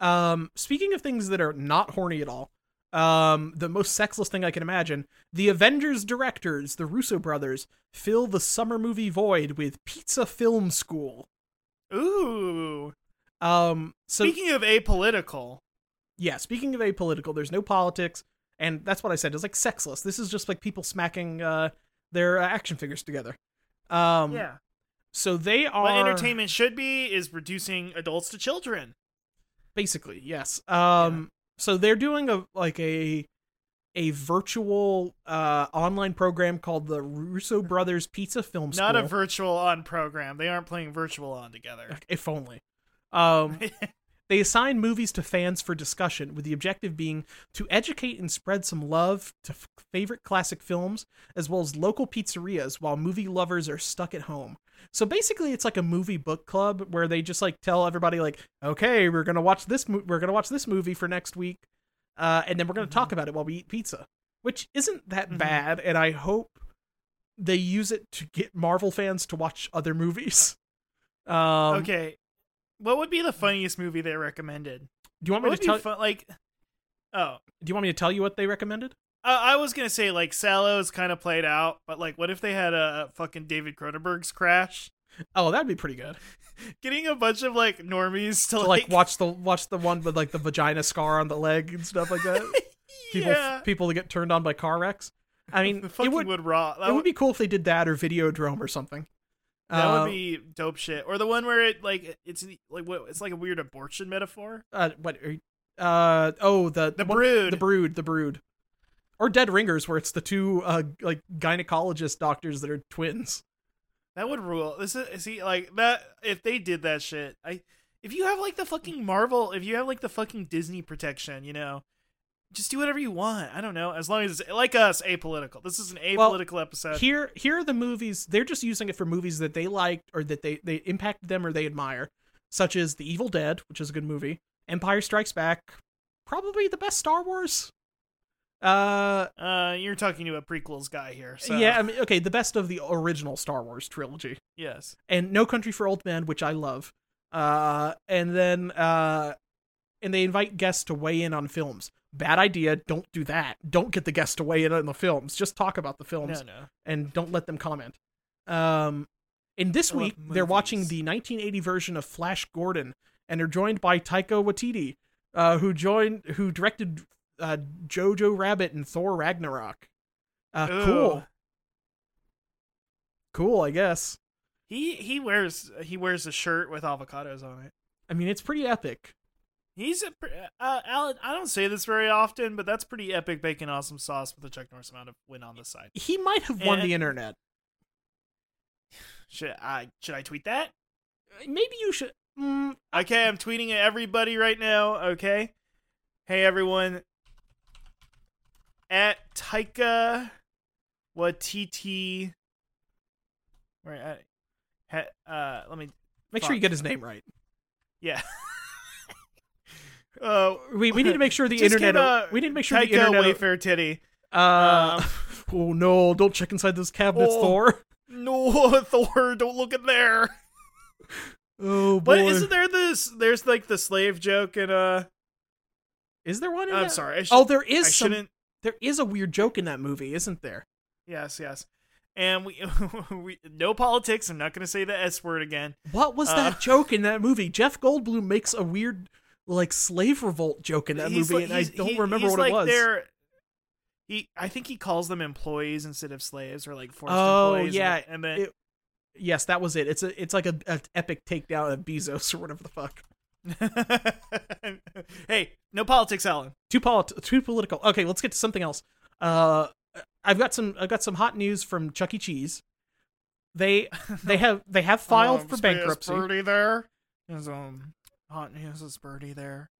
Um, speaking of things that are not horny at all, um, the most sexless thing I can imagine, the Avengers directors, the Russo brothers, fill the summer movie void with pizza film school.
Ooh.
Um, so
Speaking of apolitical,
yeah, speaking of apolitical, there's no politics, and that's what I said. It's like sexless. This is just like people smacking uh, their uh, action figures together. Um,
yeah.
So they are
What entertainment should be is reducing adults to children.
basically yes um so they're doing a like a a virtual uh online program called the russo brothers pizza film school
Not a virtual on program. They aren't playing virtual on together.
if only um they assign movies to fans for discussion with the objective being to educate and spread some love to f- favorite classic films as well as local pizzerias while movie lovers are stuck at home so basically it's like a movie book club where they just like tell everybody like okay we're gonna watch this mo- we're gonna watch this movie for next week uh, and then we're gonna
Mm-hmm.
talk about it while we eat pizza which isn't that
Mhm.
bad and i hope they use it to get marvel fans to watch other movies um, okay.
okay. What would be the funniest movie they recommended?
Do you want
What
me
would
to
be
tell?
fun- like Oh,
Do you want me to tell you what they recommended?
I, I was gonna say like Sallow's kind of played out, but like, what if they had a fucking David Cronenberg's Crash?
Oh, that'd be pretty good.
Getting a bunch of like normies to,
To like watch the watch the one with like the vagina scar on the leg and stuff like that. People
yeah,
people that get turned on by car wrecks. I mean,
the
it
fucking
would
would rock. That
it would be cool if they did that or Videodrome or something.
That
Uh,
would be dope shit. Or the one where it like it's like what it's like a weird abortion metaphor.
uh, what? Are you, uh oh the
The
one-
Brood.
the brood the brood or Dead Ringers where it's the two uh like gynecologist doctors that are twins.
That would rule. This is see like that if they did that shit. I if you have like the fucking Marvel, if you have like the fucking Disney protection, you know, just do whatever you want. I don't know. As long as it's like us, apolitical. This is an
Well,
apolitical episode.
here here are the movies they're just using it for movies that they liked or that they they impacted them or they admire such as the evil dead which is a good movie empire strikes back probably the best star wars uh
uh, you're talking to a prequels guy here. So
yeah i mean okay the best of the original star wars trilogy
yes,
and no country for old men which i love uh and then uh and they invite guests to weigh in on films bad idea don't do that don't get the guests to weigh in on the films just talk about the films
no, no.
and don't let them comment. Um, and this
I love
week they're watching
movies.
the 1980 version of Flash Gordon, and are joined by Taika Waititi, uh, who joined who directed uh, Jojo Rabbit and Thor Ragnarok. Uh,
Ooh.
cool, cool. I guess.
He he wears he wears a shirt with avocados on it.
I mean, it's pretty epic.
He's a pr- uh, Alan. I don't say this very often, but that's pretty epic bacon awesome sauce with a Chuck Norris amount of win on the side.
He might have won
And-
the internet.
Should I should I tweet that?
Maybe you should. Mm,
Okay, I'm tweeting at everybody right now. Okay, hey everyone, at Taika Watiti. Where at? ha- Uh, let me.
make sure you
Fuck.
get his name right.
Yeah. uh,
We, we need to make sure the
Just
internet.
get, uh,
we need to make sure
Taika
the internet.
Wafer Titty.
Uh, oh no! Don't check inside those cabinets,
Oh.
Thor.
No, Thor, don't look in there.
Oh boy!
But isn't there this? There's like the slave joke and uh.
Is there one? In
I'm
that?
sorry. I should,
Oh, there
I
is some.
shouldn't.
There is a weird joke in that movie, isn't there?
Yes, yes. And we we no politics. I'm not going to say the S word again.
What was
Uh.
that joke in that movie? Jeff Goldblum makes a weird, like slave revolt joke in that
He's
movie,
like-
and I
he's-
don't
he-
remember
he's
what
like
it was.
their- he, I think he calls them employees instead of slaves or like forced
Oh,
employees. and-
yeah,
and then
it- Yes, that was it. It's a, it's like a, a epic takedown of Bezos or whatever the fuck.
hey, no politics, Alan.
Too polit- too political. Okay, let's get to something else. Uh, I've got some, I've got some hot news from Chuck E. Cheese. They, they have, they have filed
Um,
for
is- is
bankruptcy.
Birdie there is um hot news is Birdie there.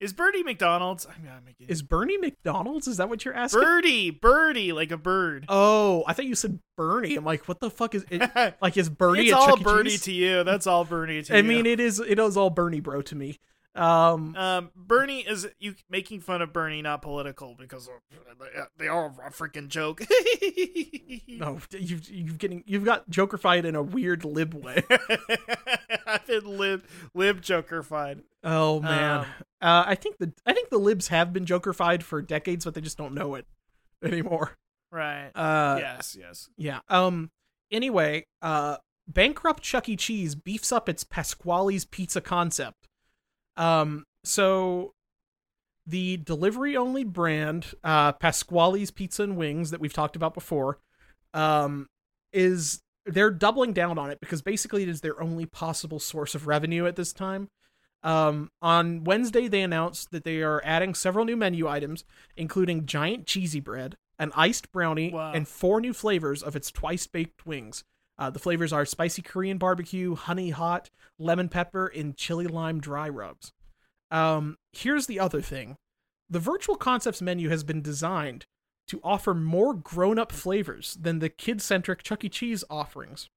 Is Birdie McDonald's? I'm not making
Is Bernie McDonald's? Is that what you're asking?
Birdie Birdie like a bird.
Oh, I thought you said Bernie. I'm like, what the fuck is it? Like, is Bernie
it's
a
all
Oh, Chuck E.
Birdie
Cheese?
to you. That's all Birdie to
I
you.
mean, it is. It is all Bernie, bro, to me. Um,
um, Bernie is you making fun of Bernie, not political, because uh, they are a freaking joke. Uh,
oh, no, you, you've getting you've got Jokerfied in a weird lib way.
I've been lib lib jokerfied.
Oh man,
Um,
uh, I think the I think the libs have been jokerfied for decades, but they just don't know it anymore.
Right.
Uh,
yes. Yes.
yeah. Um. Anyway, uh, bankrupt Chuck E. Cheese beefs up its Pasquale's pizza concept. Um. So, the delivery only brand, uh, Pasquale's Pizza and Wings, that we've talked about before, um, is they're doubling down on it because basically it is their only possible source of revenue at this time. Um, on Wednesday, they announced that they are adding several new menu items, including giant cheesy bread, an iced brownie,
Wow.
and four new flavors of its twice baked wings. Uh, the flavors are spicy Korean barbecue, honey hot, lemon pepper, and chili lime dry rubs. Um, here's the other thing the virtual concepts menu has been designed to offer more grown-up flavors than the kid-centric Chuck E. Cheese offerings.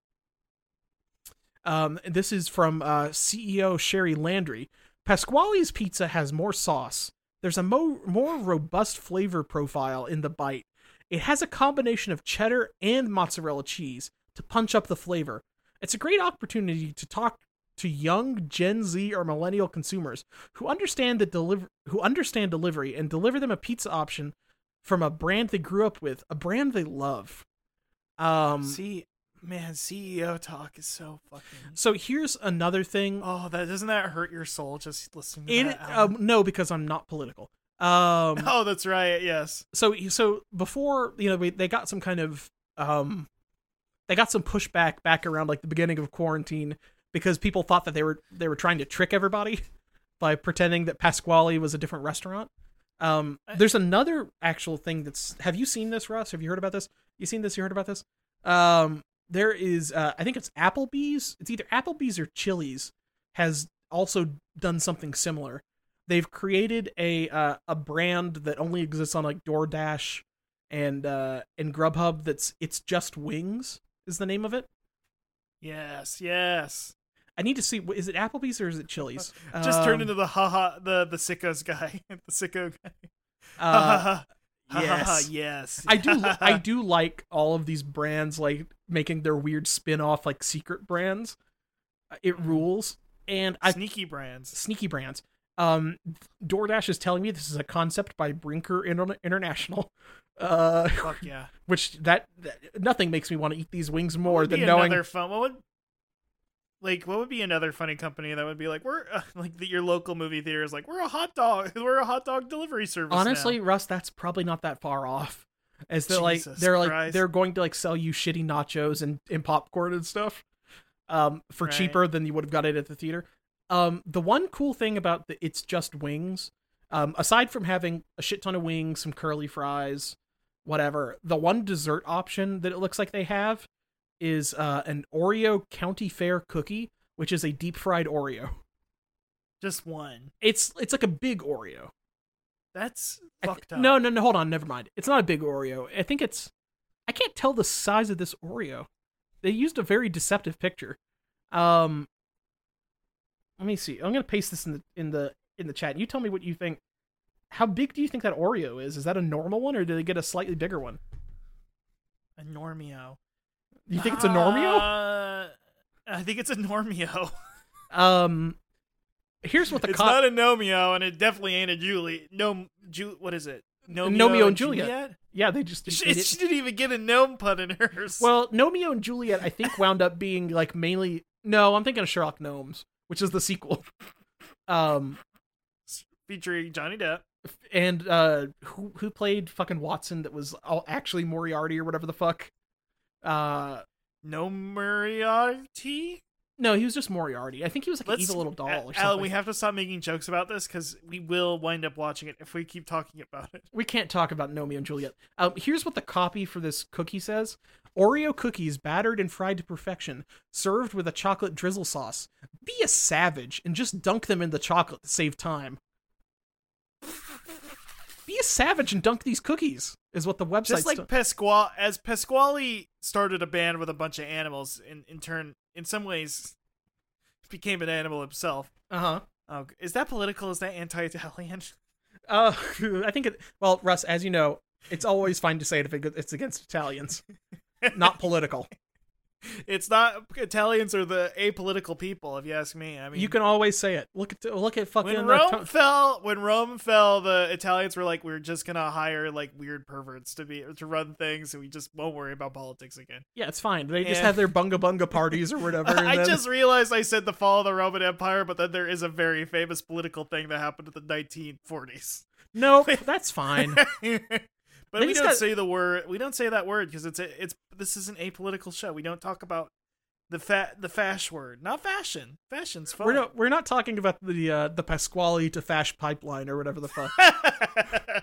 Um, this is from uh, CEO Sherry Landry. Pasquale's pizza has more sauce. There's a mo- more robust flavor profile in the bite. It has a combination of cheddar and mozzarella cheese to punch up the flavor. It's a great opportunity to talk to young Gen Z or millennial consumers who understand the deliver who understand delivery and deliver them a pizza option from a brand they grew up with, a brand they love. Um
See, man,
E
CEO talk is so fucking.
so here's another thing.
Oh, that doesn't that hurt your soul just listening to
It
that? Alan?
um, no because I'm not political. Um
oh, that's right. Yes.
so so before you know we, they got some kind of um they got some pushback back around like the beginning of quarantine because people thought that they were they were trying to trick everybody by pretending that Pasquale was a different restaurant. Um there's another actual thing that's have you seen this Russ? Have you heard about this? You seen this? You heard about this? Um there is uh I think it's Applebee's. It's either Applebee's or Chili's has also done something similar they've created a uh, a brand that only exists on like DoorDash and uh, and Grubhub. That's it's just wings is the name of it.
Yes. Yes.
I need to see wh- is it Applebee's or is it Chili's?
Just
Um,
turned into the haha the the sickos guy the sicko guy.
uh,
Ha, ha, ha. Ha, ha, ha,
yes.
yes.
I do I do like all of these brands like making their weird spin off like secret brands. Uh, It
Mm-hmm.
rules, and I
Sneaky brands.
sneaky brands. Um, DoorDash is telling me this is a concept by Brinker Inter- International. Uh,
Fuck yeah.
which that, that nothing makes me want to eat these wings more
What would
than
be
knowing
another fun. What would like what would be another funny company that would be like we're uh, like the, your local movie theater is like we're a hot dog we're a hot dog delivery service. now."
honestly russ that's probably not that far off as they're like
Jesus
they're like
Christ.
they're going to like sell you shitty nachos and, and popcorn and stuff um for
Right.
cheaper than you would have got it at the theater um the one cool thing about the it's just wings um aside from having a shit ton of wings some curly fries whatever the one dessert option that it looks like they have is uh an oreo county fair cookie which is a deep fried oreo
just one.
it's it's like a big oreo
That's
I th-
fucked up.
No, no, no. Hold on. Never mind. It's not a big Oreo. I think it's. I can't tell the size of this Oreo. They used a very deceptive picture. Um, let me see. I'm gonna paste this in the in the in the chat. You tell me what you think. How big do you think that Oreo is? Is that a normal one, or did they get a slightly bigger one?
a normio.
You think it's a normio?
Uh, I think it's a normio.
Um, here's what the
Uh, it's
co-
not a nomio, and it definitely ain't a Julie. No, Ju- what is it? Nomeo,
Nomeo and Juliet. yeah, they just
She,
they did-
she didn't even get a gnome pun in hers.
Well, Nomeo and Juliet, I think, wound up being like mainly. No, I'm thinking of Sherlock Gnomes, which is the sequel. Um,
featuring Johnny Depp.
and uh, who who played fucking Watson? That was all actually Moriarty or whatever the fuck. Uh,
No Moriarty.
no, he was just Moriarty. I think he was like an
Let's-
evil little doll
A-
or something.
Alan, we have to stop making jokes about this because we will wind up watching it if we keep talking about it.
we can't talk about Nomeo and Juliet. Um, here's what the copy for this cookie says: Oreo cookies battered and fried to perfection, served with a chocolate drizzle sauce. Be a savage and just dunk them in the chocolate to save time. Be a savage and dunk these cookies is what the website.
Just like Pasquale, as Pasquale started a band with a bunch of animals, and in turn, in some ways, became an animal himself.
uh-huh.
Oh, is that political? Is that anti-Italian?
Uh, I think it. Well, Russ, as you know, it's always fine to say it if it, it's against Italians, not political.
It's not Italians are the apolitical people, if you ask me. I mean,
you can always say it. Look at look at fucking
when
uh,
Rome
Tom-
fell, when Rome fell, the Italians were like, we're just gonna hire like weird perverts to be to run things, and we just won't worry about politics again.
yeah, it's fine. They just
Yeah.
have their bunga bunga parties or whatever. and
I
then-
just realized I said the fall of the Roman Empire, but then there is a very famous political thing that happened in the 1940s.
nope. That's fine.
but
They
we
just
don't
got-
say the word. We don't say that word because it's a, it's this is an apolitical show. We don't talk about the fat the fash word, not fashion. Fashion's fun.
We're not we're not talking about the uh, the Pasquale to Fash pipeline or whatever the fuck.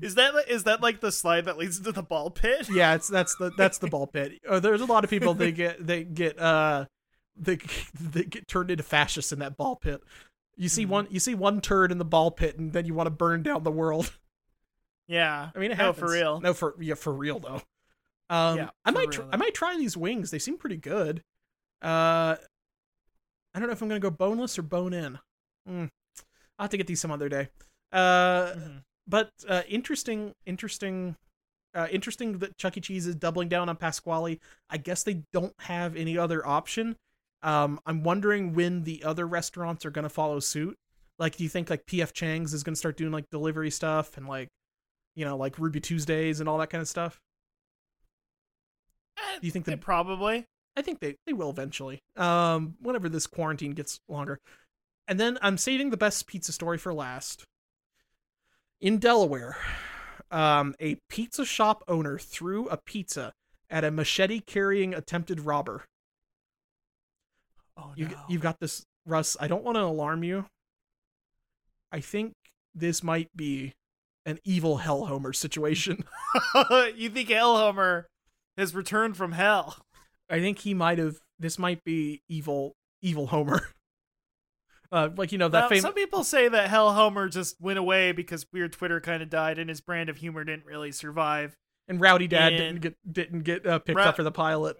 is that is that like the slide that leads to the ball pit?
yeah, it's that's the that's the ball pit. Oh, there's a lot of people they get they get uh they they get turned into fascists in that ball pit. You see
Mhm.
one you see one turd in the ball pit and then you want to burn down the world.
Yeah.
I mean, it
No,
happens.
for real.
No, for yeah, for real though. Um,
Yeah,
I
for
might
real,
tr-
though.
I might try these wings. They seem pretty good. Uh, I don't know if I'm gonna go boneless or bone in. Mm. I'll have to get these some other day. Uh,
Mhm.
but uh, interesting, interesting, uh, interesting that Chuck E. Cheese is doubling down on Pasquale. I guess they don't have any other option. Um, I'm wondering when the other restaurants are gonna follow suit. Like, do you think like P.F. Chang's is gonna start doing like delivery stuff and like, you know, like Ruby Tuesdays and all that kind of stuff?
Eh,
Do you think
they
that
probably?
I think they, they will eventually. Um, whenever this quarantine gets longer. And then I'm saving the best pizza story for last. In Delaware, um, a pizza shop owner threw a pizza at a machete carrying attempted robber.
Oh
You, You've got this, Russ. I don't want to alarm you. I think this might be an evil hellhomer situation.
you think Elhomer has returned from hell?
I think he might have. This might be evil, evil Homer. Uh, like you know that
Now,
famous.
Some people say that Hell Homer just went away because weird Twitter kind of died, and his brand of humor didn't really survive.
and Rowdy Dad
And-
didn't get didn't get uh, picked
Ra-
up for the pilot.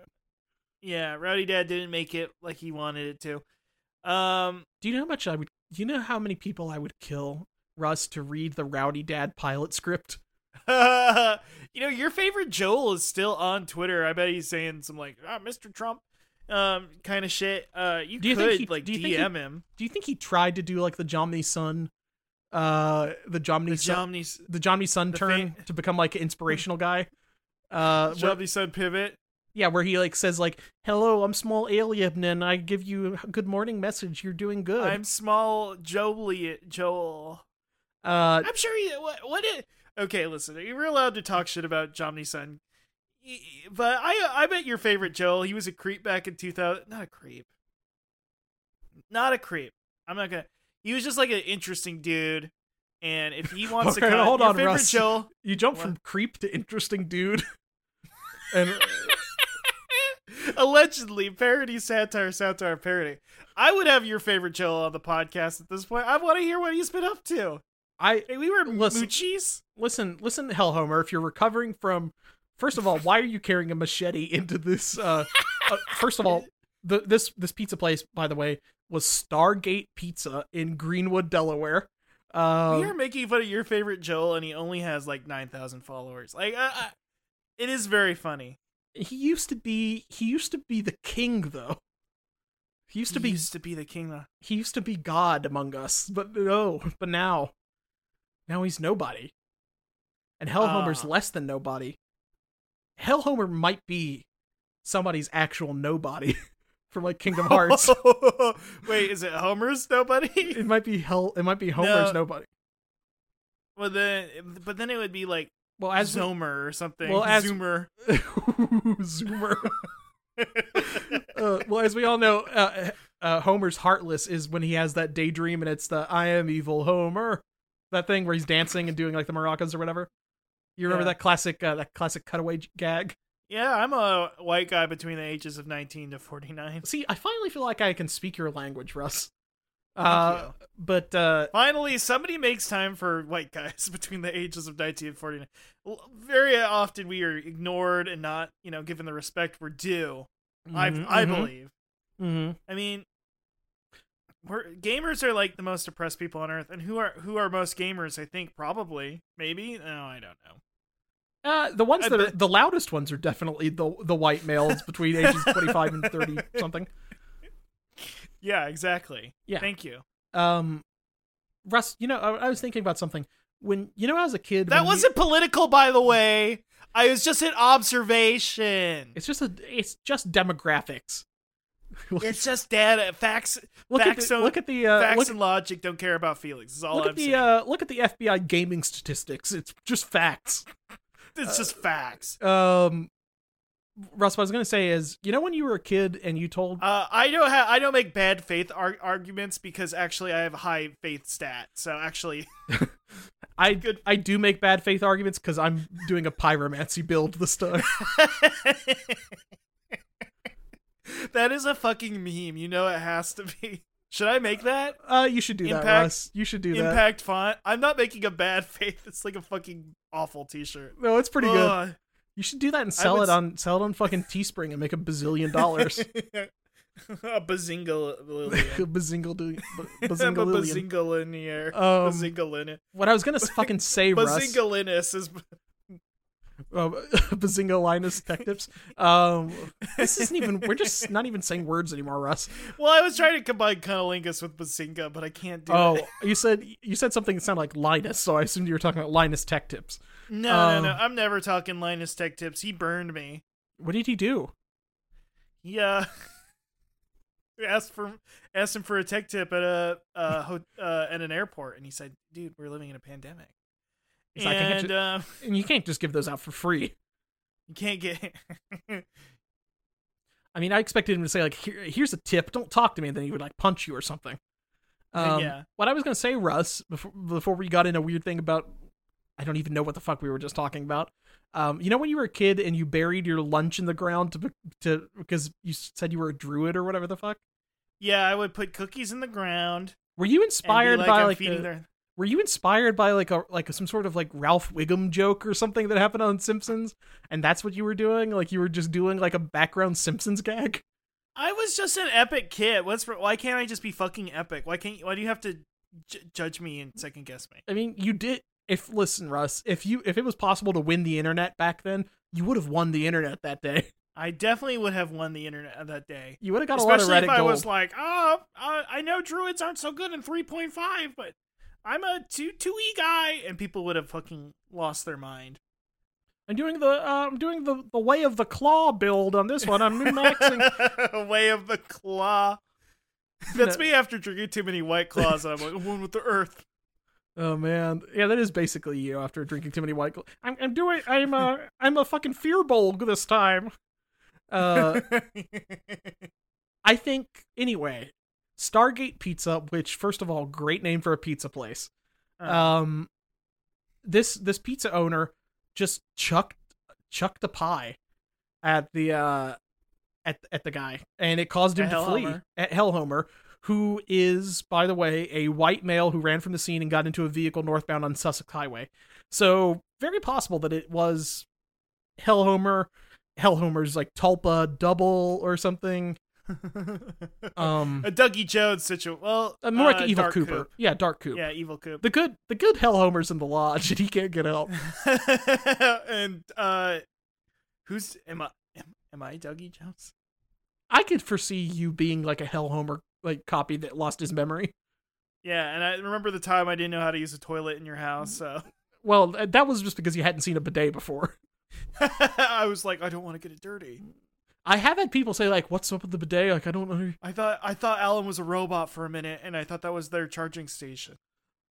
Yeah, Rowdy Dad didn't make it like he wanted it to. Um,
Do you know how much I would? Do you know how many people I would kill, Russ, to read the Rowdy Dad pilot script?
you know, your favorite Joel is still on Twitter. I bet he's saying some like ah, "Mr. Trump" um kind of shit. Uh, you
Do you
could
think he-
like
do you
DM
think he-
him.
Do you think he tried to do like the Jomny Sun, uh, the Jomny
The
Sun,
Jomny
the Jomny Sun
the
turn to become like an inspirational guy? Uh, where-
Jomny Sun pivot.
yeah, where he like says like, "Hello, I'm small alien, and I give you a good morning message. You're doing good."
I'm small Joely Joel.
uh,
I'm sure he. What? what it, okay, listen. You were allowed to talk shit about Jomny Sun, Y- y- but I I bet your favorite Joel. He was a creep back in 2000. Not a creep. Not a creep. I'm not gonna. He was just like an interesting dude, and if he wants to,
Okay,
kinda-
hold
your
on,
favorite
Russ.
Joel.
you jump
What?
from creep to interesting dude, and
Allegedly, parody, satire, satire, parody. I would have your favorite Joel on the podcast at this point. I want to hear what he's been up to.
I
Hey, we were
Listen.
moochies.
listen, listen, Hell Homer, if you're recovering from, first of all, why are you carrying a machete into this? Uh, uh, first of all, the, this this pizza place, by the way, was Stargate Pizza in Greenwood, Delaware. Um,
we are making fun of your favorite Joel, and he only has like nine thousand followers. Like, I, I, it is very funny.
he used to be he used to be the king though. He used to
He
be
used to be the king. Of-
he used to be God among us, but no, but now, now he's nobody. And Hell Homer's
Ah.
less than nobody. Hell Homer might be somebody's actual nobody from like Kingdom Hearts.
Wait, is it Homer's nobody?
it might be Hell. It might be Homer's
No.
nobody.
well, then, but then it would be like
Well, as
as Zomer or something.
well, as-
Zoomer.
we- Zoomer. Uh, well, as we all know, uh, uh, Homer's heartless is when he has that daydream, and it's the "I am evil Homer," that thing where he's dancing and doing like the maracas or whatever. You remember
Yeah.
that classic uh, that classic cutaway j- gag?
yeah, I'm a white guy between the ages of nineteen to forty nine.
See, I finally feel like I can speak your language, Russ. Uh, but uh,
Finally, somebody makes time for white guys between the ages of 19 and 49. L- Very often we are ignored and not, you know, given the respect we're due.
mhm,
I, I
mhm,
believe.
mhm.
I mean, we're, gamers are like the most oppressed people on earth, and who are who are most gamers? I think probably, maybe. No, I don't know.
Uh, the ones
I
that are
bet-
the loudest ones are definitely the the white males between ages twenty five and thirty something.
Yeah, exactly.
Yeah.
Thank you.
Um, Russ, you know, I, I was thinking about something when you know as a kid
That
when you-
wasn't political, by the way. I was just an observation. It's,
it's just a it's just demographics.
just data, facts,
Look
Facts
at the,
don't-
look at the uh,
facts
look,
and logic. Don't care about feelings. Is all
look
I'm
at the
saying.
uh, look at the FBI gaming statistics. It's just facts.
it's
uh,
just facts.
Um, Russ, what I was gonna say is, you know, when you were a kid and you told
Uh, I don't have. I don't make bad faith ar- arguments because actually I have a high faith stat. So actually,
I
good.
I do make bad faith arguments because I'm doing a pyromancy build this time.
that is a fucking meme. You know it has to be. Should I make that?
Uh, you should do that,
Impact-
Russ. You should do that.
Impact font. I'm not making a bad faith. It's like a fucking awful t-shirt.
No, it's pretty good.
Ugh.
You should do that and sell
would
it
s-
on sell it on fucking Teespring and make a bazillion dollars.
a bazinga lillian.
Bazingle do
I'm a
bazingle.
bazinga linear.
Um,
bazinga
What I was gonna s- fucking say, Russ.
Bazingalinus is
Uh, bazinga Linus Tech Tips. Um, this isn't even. We're just not even saying words anymore, Russ.
well. I was trying to combine cunnilingus with bazinga, but I can't do
Oh,
it.
you said you said something that sounded like Linus, so I assumed you were talking about Linus Tech Tips.
No,
um,
no, no. I'm never talking Linus Tech Tips. He burned me.
What did he do?
Yeah. uh, asked for asked him for a tech tip at a uh, ho- uh at an airport, and he said, "Dude, we're living in a pandemic,
He's like, "I can't
and
ju-
um,
And you can't just give those out for free.
you can't get."
I mean, I expected him to say like, Here, "Here's a tip. Don't talk to me," and then he would like punch you or something. Um,
Uh, Yeah.
What I was gonna say, Russ, before before we got in a weird thing about, I don't even know what the fuck we were just talking about. Um, you know when you were a kid and you buried your lunch in the ground to to because you said you were a druid or whatever the fuck.
yeah, I would put cookies in the ground.
Were you
and be
inspired
like,
by
I'm
like
feeding
the-
their-
Were you inspired by like a like some sort of like Ralph Wiggum joke or something that happened on Simpsons, and that's what you were doing? Like you were just doing like a background Simpsons gag?
I was just an epic kid. What's for, why can't I just be fucking epic? Why can't why do you have to j- judge me and second guess me?
I mean, you did. If listen, Russ, if you if it was possible to win the internet back then, you would have won the internet that day.
I definitely would have won the internet uh, that day.
You would have got a
Especially if
lot of
I
Reddit gold.
was like, oh, uh, I know druids aren't so good in 3.5, but I'm a 2 2e guy, and people would have fucking lost their mind.
I'm doing the uh, I'm doing the the way of the claw build on this one. I'm maxing.
Way of the claw. That's
No.
me after drinking too many white claws, and I'm like, one with the earth.
oh man, yeah, that is basically you after drinking too many white. Claw. I'm I'm doing I'm a I'm a fucking fear bulg this time. Uh, I think anyway, Stargate Pizza, which first of all, great name for a pizza place.
Uh.
Um, this this pizza owner just chucked chucked a pie at the uh at at the guy, and it caused him
At
to flee
Hellhomer.
at Hellhomer, who is by the way a white male who ran from the scene and got into a vehicle northbound on Sussex Highway. So very possible that it was Hellhomer. Hellhomer's like Tulpa double or something. Um,
a Dougie Jones situation. Well,
Uh, more like
uh,
Evil
Dark
Cooper.
Coop.
Yeah, Dark Coop.
Yeah, Evil Coop.
The good the good Hellhomer's in the lodge and he can't get out.
and uh, who's am I? Am, am I Dougie Jones?
I could foresee you being like a Hellhomer like copy that lost his memory.
Yeah, and I remember the time I didn't know how to use a toilet in your house, so
Well, th- that was just because you hadn't seen a bidet before.
I was like, I don't want to get it dirty.
I have had people say like, "What's up with the bidet?" Like, I don't know.
I thought I thought Alan was a robot for a minute, and I thought that was their charging station.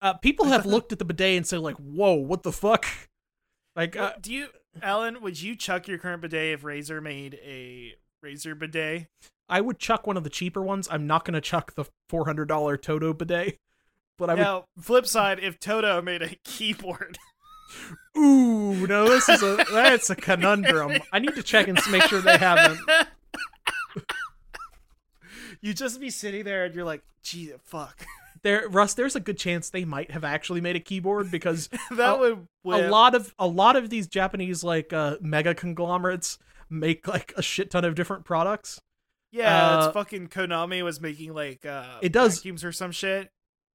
Uh, people have looked at the bidet and say like, "Whoa, what the fuck?" Like, uh,
Do you, Alan? Would you chuck your current bidet if Razor made a Razor bidet?
I would chuck one of the cheaper ones. I'm not gonna chuck the four hundred dollar Toto bidet, but I would.
now, flip side, if Toto made a keyboard,
Ooh, no, this is a that's a conundrum. I need to check and s- make sure they haven't.
you'd just be sitting there and you're like, gee, fuck.
There, Russ, there's a good chance they might have actually made a keyboard because
that
A-
would
a
whip.
lot of a lot of these Japanese like uh, mega conglomerates make like a shit ton of different products.
Yeah,
uh,
it's fucking Konami was making like uh,
It does-
vacuums or some shit.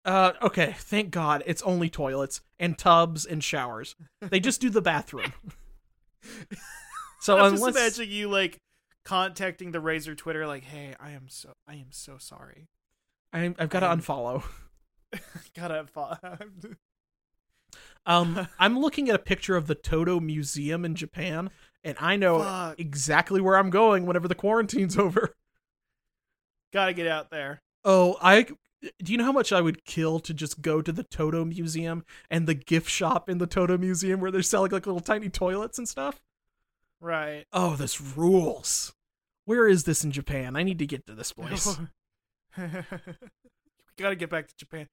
Uh, okay, thank God it's only toilets and tubs and showers. They just do the bathroom. So
I'm
unless
just imagining you like contacting the Razor Twitter, like, "Hey, I am so, I am so sorry.
I'm, I've got to
I'm-
unfollow.
Gotta follow."
Um, I'm looking at a picture of the Toto Museum in Japan, and I know
Fuck.
exactly where I'm going whenever the quarantine's over.
Gotta get out there.
Oh, I do you know how much I would kill to just go to the Toto Museum and the gift shop in the Toto Museum where they're selling like little tiny toilets and stuff?
Right.
Oh, this rules. Where is this in Japan? I need to get to this place.
Gotta get back to Japan.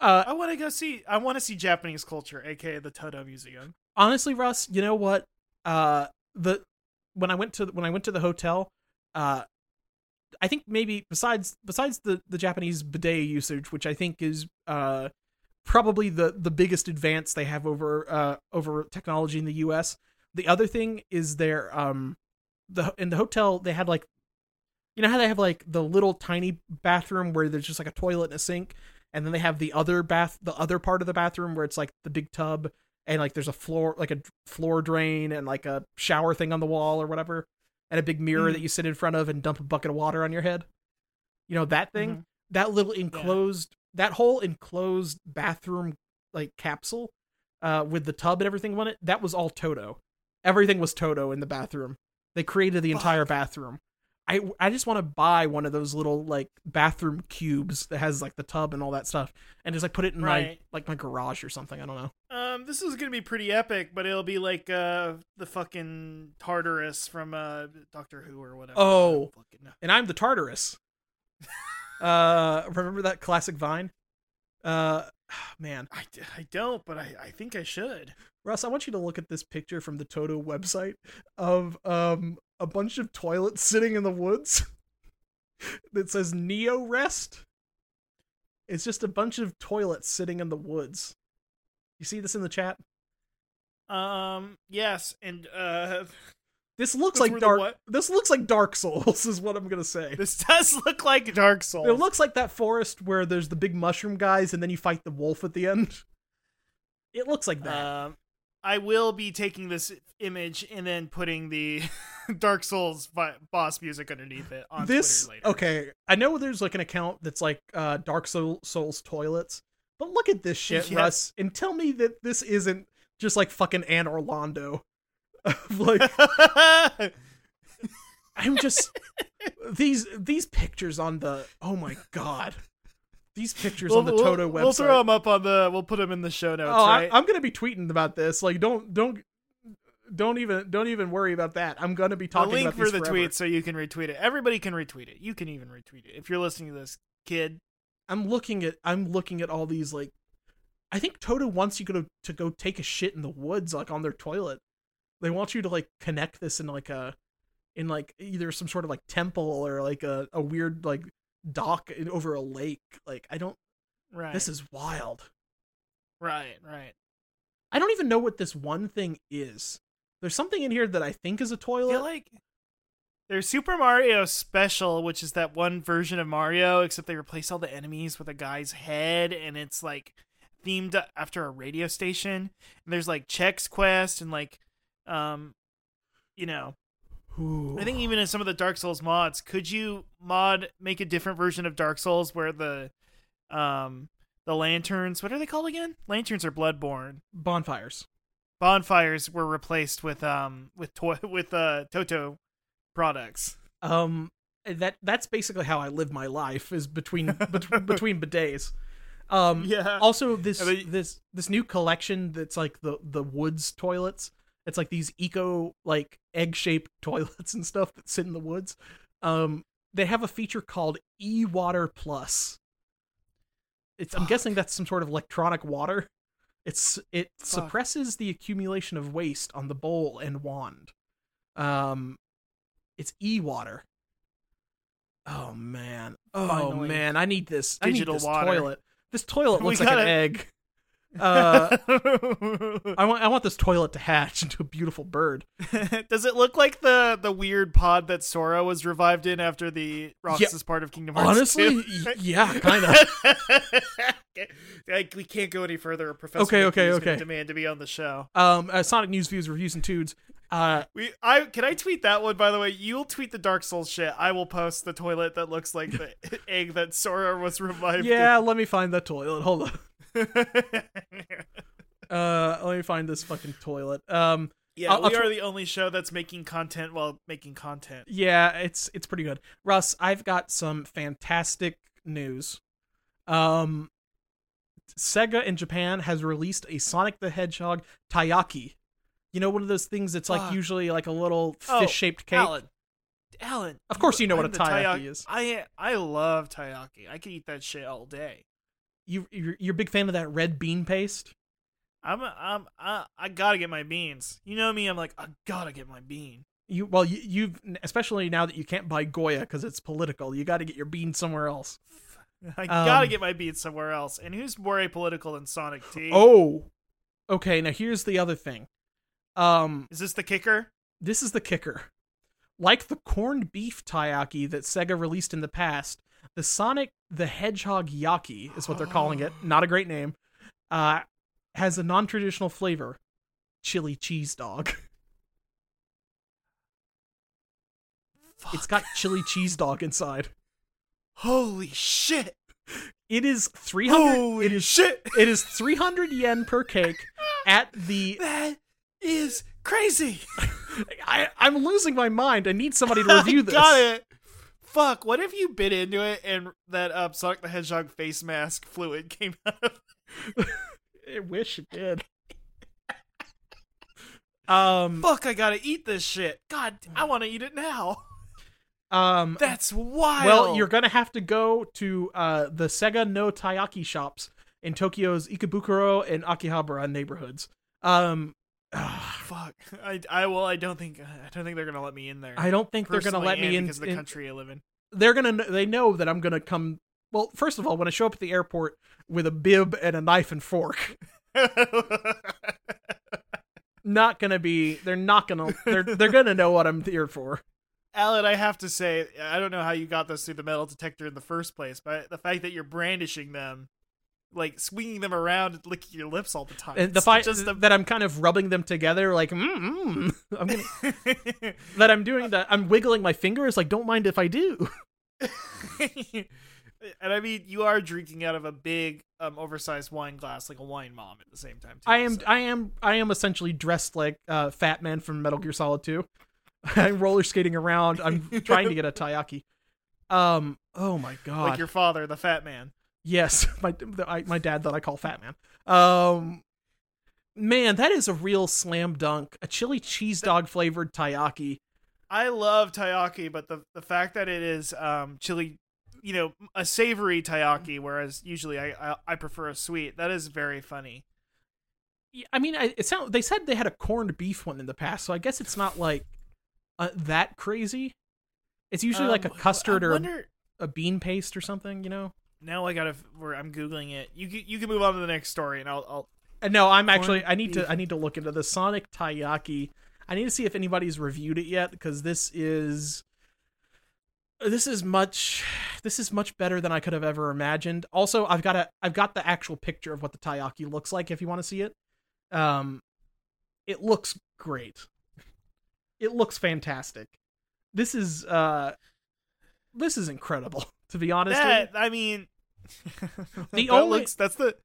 Uh,
I want to go see. I want to see Japanese culture, aka the Toto Museum.
honestly, Russ, you know what? Uh, the when I went to when I went to the hotel, uh, I think maybe besides besides the the Japanese bidet usage, which I think is uh probably the the biggest advance they have over uh over technology in the U.S. The other thing is their um the in the hotel they had like you know how they have like the little tiny bathroom where there's just like a toilet and a sink and then they have the other bath the other part of the bathroom where it's like the big tub and like there's a floor like a d- floor drain and like a shower thing on the wall or whatever and a big mirror
Mhm.
that you sit in front of and dump a bucket of water on your head you know that thing
Mhm.
that little enclosed that whole enclosed bathroom like capsule uh with the tub and everything on it that was all toto everything was toto in the bathroom they created the entire bathroom i i just want to buy one of those little like bathroom cubes that has like the tub and all that stuff and just like put it in my
Right.
like my garage or something i don't know
Um, this is gonna be pretty epic, but it'll be like uh the fucking Tartarus from uh Doctor Who or whatever.
Oh.
I don't fucking know.
and I'm the Tartarus. uh, remember that classic Vine? Uh, man,
I, d- I don't, but I, I think I should.
Russ, I want you to look at this picture from the Toto website of um a bunch of toilets sitting in the woods that says Neo Rest. It's just a bunch of toilets sitting in the woods. You see this in the chat?
Um, yes, and uh,
This looks
Those were
like
the
dark.
what?
This looks like Dark Souls is what I'm gonna say.
this does look like Dark Souls.
It looks like that forest where there's the big mushroom guys and then you fight the wolf at the end. It looks like that.
Um, I will be taking this image and then putting the Dark Souls vi- boss music underneath it on
this
Twitter later.
okay. I know there's like an account that's like uh, Dark Soul, Souls toilets, but look at this shit,
Yeah.
Russ, and tell me that this isn't just like fucking Anne Orlando. Of, like I'm just these these pictures on the oh my god, these pictures on the Toto website.
We'll throw them up on the. We'll put them in the show notes.
oh,
right?
I, I'm gonna be tweeting about this. Like, don't don't don't even don't even worry about that. I'm gonna be talking
the link
about
for
these
the
forever.
tweet so you can retweet it. Everybody can retweet it. You can even retweet it if you're listening to this, kid.
I'm looking at I'm looking at all these like. I think Toto wants you to to go take a shit in the woods, like on their toilet. They want you to like connect this in like a, in like either some sort of like temple or like a, a weird like dock in- over a lake. Like I don't.
Right.
This is wild.
right. Right.
I don't even know what this one thing is. There's something in here that I think is a
I feel
toilet.
like there's Super Mario Special, which is that one version of Mario, except they replace all the enemies with a guy's head, and it's like themed after a radio station. And there's like Chex Quest and like, um, you know,
Ooh.
I think even in some of the Dark Souls mods, could you mod make a different version of Dark Souls where the, um, the lanterns? What are they called again? Lanterns are Bloodborne
bonfires.
bonfires were replaced with um with toy with uh Toto products.
Um, that that's basically how I live my life is between bet- between bidets. Um,
Yeah.
also this
I mean-
this this new collection that's like the the woods toilets. It's like these eco like egg shaped toilets and stuff that sit in the woods. Um, they have a feature called e water plus. It's I'm
Fuck.
guessing that's some sort of electronic water. It's it
Fuck.
suppresses the accumulation of waste on the bowl and wand. Um, it's e water. Oh man! Oh
Finally.
man! I need this. I
Digital
need this
water.
toilet. This toilet
We
looks like an
gotta-
egg. Uh, I want I want this toilet to hatch into a beautiful bird.
Does it look like the the weird pod that Sora was revived in after the Roxas part of Kingdom Hearts?
Honestly,
2?
y- yeah, kind of.
can't, like, we can't go any further. Professor
Okay, okay,
Layton's gonna
okay.
Demand to be on the show.
Um, uh, Sonic News Views Reviews and Tudes. Uh,
We, I can I tweet that one by the way. You'll tweet the Dark Souls shit. I will post the toilet that looks like the egg that Sora was revived.
yeah, let me find that toilet. Hold on.
in.
Uh, let me find this fucking toilet. Um,
yeah.
I'll-
we
I'll
are the only show that's making content while making content.
yeah, it's it's pretty good. Russ, I've got some fantastic news. Um, Sega in Japan has released a Sonic the Hedgehog taiyaki. You know, one of those things that's like
Fuck.
usually like a little
Oh,
fish-shaped cake.
Alan, Alan.
Of course, you know what
I'm the
a taiyaki
taiyaki-
is.
I I love taiyaki. I could eat that shit all day.
You you're, you're a big fan of that red bean paste.
I'm I'm I, I gotta get my beans. You know me. I'm like I gotta get my bean.
You well, you, you've especially now that you can't buy Goya because it's political. You got to get your bean somewhere else.
I gotta
Um,
get my beans somewhere else. And who's more apolitical than Sonic T?
Oh, okay. Now here's the other thing. Um,
is this the kicker?
this is the kicker. Like the corned beef taiyaki that Sega released in the past, the Sonic the Hedgehog Yaki is what they're calling it. Not a great name. Uh, has a non-traditional flavor, chili cheese dog.
Fuck.
It's got chili cheese dog inside.
Holy shit!
It is three
Oh.
hundred.
Holy
It is
shit!
it is three hundred yen per cake at the
That is crazy.
I, I'm losing my mind. I need somebody to review this.
Got it. Fuck! What if you bit into it and that um, Sonic the Hedgehog face mask fluid came out of?
I wish it did. Um,
Fuck! I gotta eat this shit. God, I want to eat it now.
um,
That's wild.
well, you're gonna have to go to uh, the Sega no Taiyaki shops in Tokyo's Ikebukuro and Akihabara neighborhoods. Um, ah,
fuck. I, I well, I don't think I don't think they're gonna let me in there.
I don't think they're gonna
Personally,
let
and
me in.
because of the
in-
country I live in.
they're gonna. kn- They know that I'm gonna come. Well, first of all, when I show up at the airport with a bib and a knife and fork, not gonna be. They're not gonna. They're they're gonna know what I'm here for.
Alan, I have to say, I don't know how you got those through the metal detector in the first place, but the fact that you're brandishing them, like swinging them around and licking your lips all the time,
and the
it's
fact
just
that I'm kind of rubbing them together, like mm, mm. I'm gonna, that I'm doing that, I'm wiggling my fingers, like don't mind if I do.
the- and I mean, you are drinking out of a big, um, oversized wine glass, like a wine mom, at the same time. Too,
I am,
so.
I am, I am essentially dressed like uh, Fat Man from Metal Gear Solid 2. I'm roller skating around. I'm trying to get a taiyaki. Um. Oh my god.
like your father, the fat man.
yes, my the, I, my dad that I call Fat Man. Um. Man, that is a real slam dunk. A chili cheese dog flavored taiyaki.
I love taiyaki, but the the fact that it is um chili, you know, a savory taiyaki,
Mm.
whereas usually I I, I prefer a sweet. That is very funny.
Yeah, I mean, I, it sound they said they had a corned beef one in the past, so I guess it's not like uh, that crazy. It's usually like a
Um,
custard
I
or a,
wonder-
a bean paste or something, you know.
now I gotta. Where I'm googling it. You can- you can move on to the next story, and I'll. I'll
Uh, no, I'm actually
Corned
I need
beef.
to I need to look into the Sonic Taiyaki. I need to see if anybody's reviewed it yet because this is this is much this is much better than I could have ever imagined. Also, I've got a I've got the actual picture of what the Taiyaki looks like if you want to see it. Um it looks great. It looks fantastic. This is uh this is incredible to be honest. with you.
that I mean,
The
that
only-
looks- that's the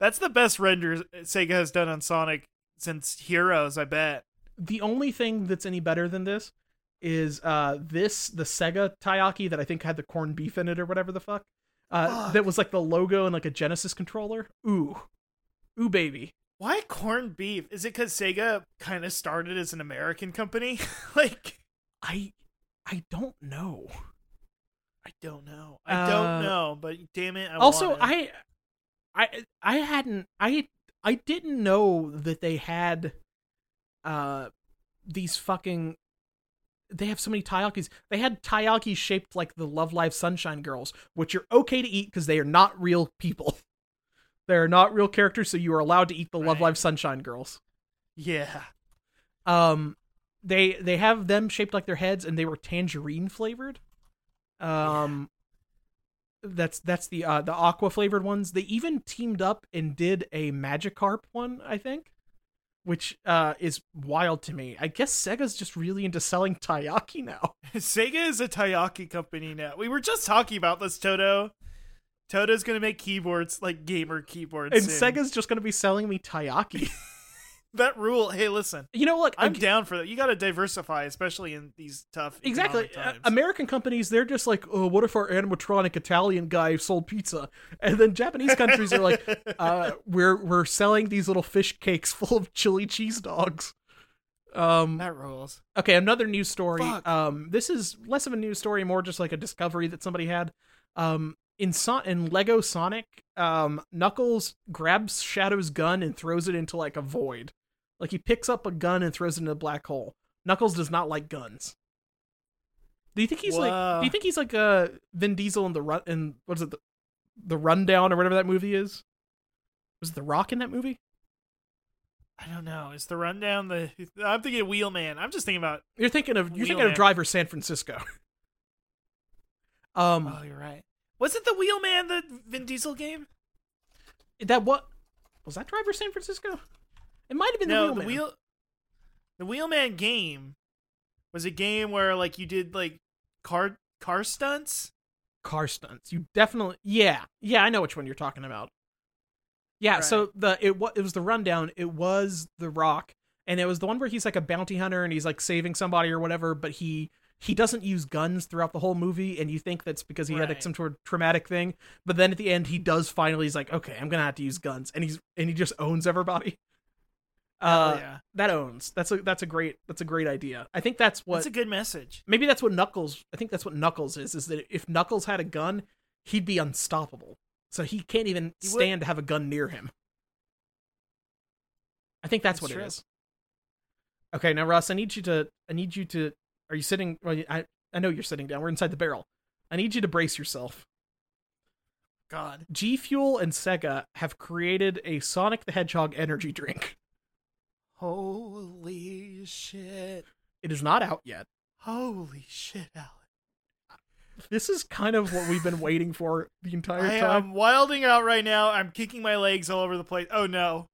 that's the best render Sega has done on Sonic since Heroes. I bet.
the only thing that's any better than this is uh this the Sega Taiyaki that I think had the corned beef in it or whatever the fuck. Uh
Fuck.
that was like the logo and like a Genesis controller. Ooh. Ooh baby.
Why corned beef? Is it because Sega kind of started as an American company? like
I I don't know.
I don't know. I don't
Uh,
know. But damn it. I
also
want it.
I I I hadn't I I didn't know that they had uh these fucking they have so many taiyakis. They had taiyakis shaped like the Love Live Sunshine girls, which are okay to eat because they are not real people. They are not real characters, so you are allowed to eat the Love
Right.
Live Sunshine girls.
yeah.
Um, they they have them shaped like their heads, and they were tangerine flavored. Um, that's that's the uh, the aqua flavored ones. They even teamed up and did a Magikarp one, I think, which uh, is wild to me. I guess Sega's just really into selling Taiyaki now.
Sega is a Taiyaki company now. We were just talking about this, Toto. Toto's gonna make keyboards like gamer keyboards,
And
soon.
Sega's just going to be selling me Taiyaki.
that rule. Hey, listen,
you know what?
I'm
I-
down for that. You got to diversify, especially in these tough
Exactly.
economic
Uh,
Times.
American companies, they're just like, oh, what if our animatronic Italian guy sold pizza? And then Japanese countries are like, uh, we're we're selling these little fish cakes full of chili cheese dogs. Um,
that rules.
okay, another news story.
Fuck.
Um, this is less of a news story, more just like a discovery that somebody had. Um, in so- in Lego Sonic, um, Knuckles grabs Shadow's gun and throws it into like a void. Like he picks up a gun and throws it into a black hole. Knuckles does not like guns. Do you think he's like?
Whoa.
Do you think he's like uh Vin Diesel in the run in what is it the, the Rundown or whatever that movie is? Was it The Rock in that movie?
I don't know. Is the rundown the? I'm thinking Wheelman. I'm just thinking about.
You're thinking of you're thinking
Wheelman.
of Driver San Francisco. um,
Oh, you're right. Wasn't the Wheelman the Vin Diesel game?
that what was that Driver San Francisco? It might have been
no,
the Wheelman.
the wheel. The Wheelman game was a game where like you did like car car stunts.
car stunts. You definitely yeah yeah I know which one you're talking about. Yeah,
Right.
so the it was it was the rundown. It was the Rock, and it was the one where he's like a bounty hunter and he's like saving somebody or whatever, but he. He doesn't use guns throughout the whole movie, and you think that's because he had like
Right.
some sort of traumatic thing. But then at the end, he does finally. He's like, "Okay, I'm gonna have to use guns," and he's and he just owns everybody. Uh,
yeah,
that owns. That's a that's a great that's a great idea. I think that's what
that's a good message.
maybe that's what Knuckles. I think that's what Knuckles is. Is that if Knuckles had a gun, he'd be unstoppable. So he can't even
He would-
stand to have a gun near him. I think that's,
That's
what
true.
it is. Okay, now Russ, I need you to. I need you to. Are you sitting? Well, I I know you're sitting down. We're inside the barrel. I need you to brace yourself.
God,
G Fuel and Sega have created a Sonic the Hedgehog energy drink.
holy shit!
It is not out yet.
Holy shit, Alan.
This is kind of what we've been waiting for the entire
I
time.
am wilding out right now. I'm kicking my legs all over the place. Oh no.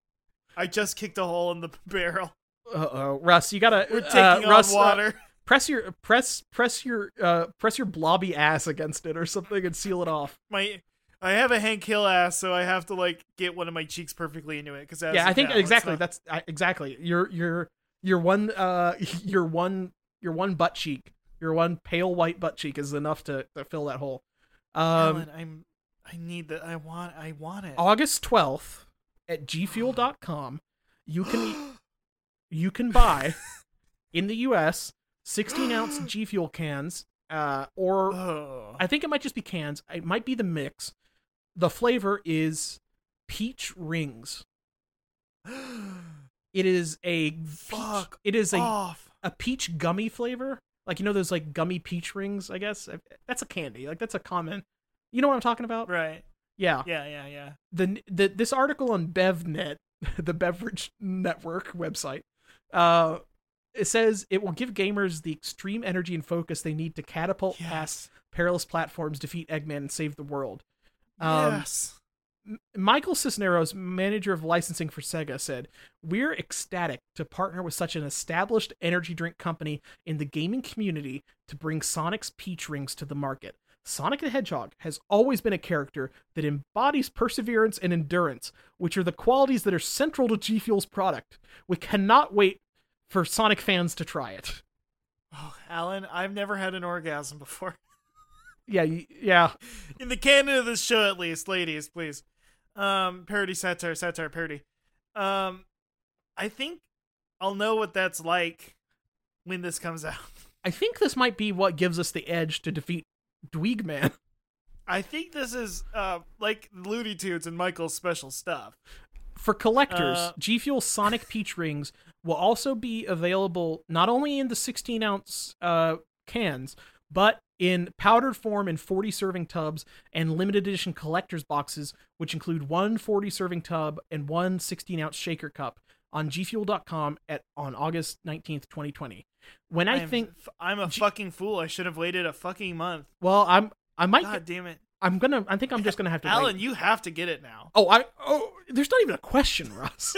I just kicked a hole in the barrel.
Uh oh, Russ, you gotta.
We're
uh,
taking on
Russ, uh,
water.
press your press press your uh press your blobby ass against it or something and seal it off.
my I have a Hank Hill ass, so I have to like get one of my cheeks perfectly into it because
yeah, I think exactly. That's I, exactly your your your one uh your one your one butt cheek, your one pale white butt cheek is enough to, to fill that hole. Um,
Alan, I'm I need that. I want I want it.
August twelfth at gfuel.com, you can you can buy in the U.S. sixteen ounce G Fuel cans uh or
oh.
I think it might just be cans. It might be the mix. The flavor is peach rings. It is a peach-
Fuck
it is a,
off.
a peach gummy flavor. Like you know those like gummy peach rings. I guess I- that's a candy. Like that's a common. You know what I'm talking about?
Right.
Yeah.
Yeah, yeah, yeah.
The, the this article on BevNet, the Beverage Network website, uh, it says it will give gamers the extreme energy and focus they need to catapult
Yes.
past perilous platforms, defeat Eggman, and save the world. Um,
yes.
M- Michael Cisneros, manager of licensing for Sega, said, We're ecstatic to partner with such an established energy drink company in the gaming community to bring Sonic's peach rings to the market. Sonic the Hedgehog has always been a character that embodies perseverance and endurance, which are the qualities that are central to G Fuel's product. We cannot wait for Sonic fans to try it.
Oh, Alan, I've never had an orgasm before.
Yeah, y- yeah.
in the canon of this show at least ladies please um parody satire satire parody um i think i'll know what that's like when this comes out
I think this might be what gives us the edge to defeat Dweegman.
i think this is uh like looney tunes and michael's special stuff
For collectors,
Uh,
G Fuel Sonic Peach Rings will also be available not only in the 16 ounce uh, cans, but in powdered form in 40 serving tubs and limited edition collector's boxes, which include one 40 serving tub and one 16 ounce shaker cup on gfuel.com at on August 19th, 2020. When I
I'm-
think,
f- i'm a
G-
fucking fool i should have waited a fucking month
well, I'm I might
god damn it
I'm gonna. I think I'm just gonna have to. wait.
Alan, you have to get it now.
Oh, I. Oh, there's not even a question, Russ.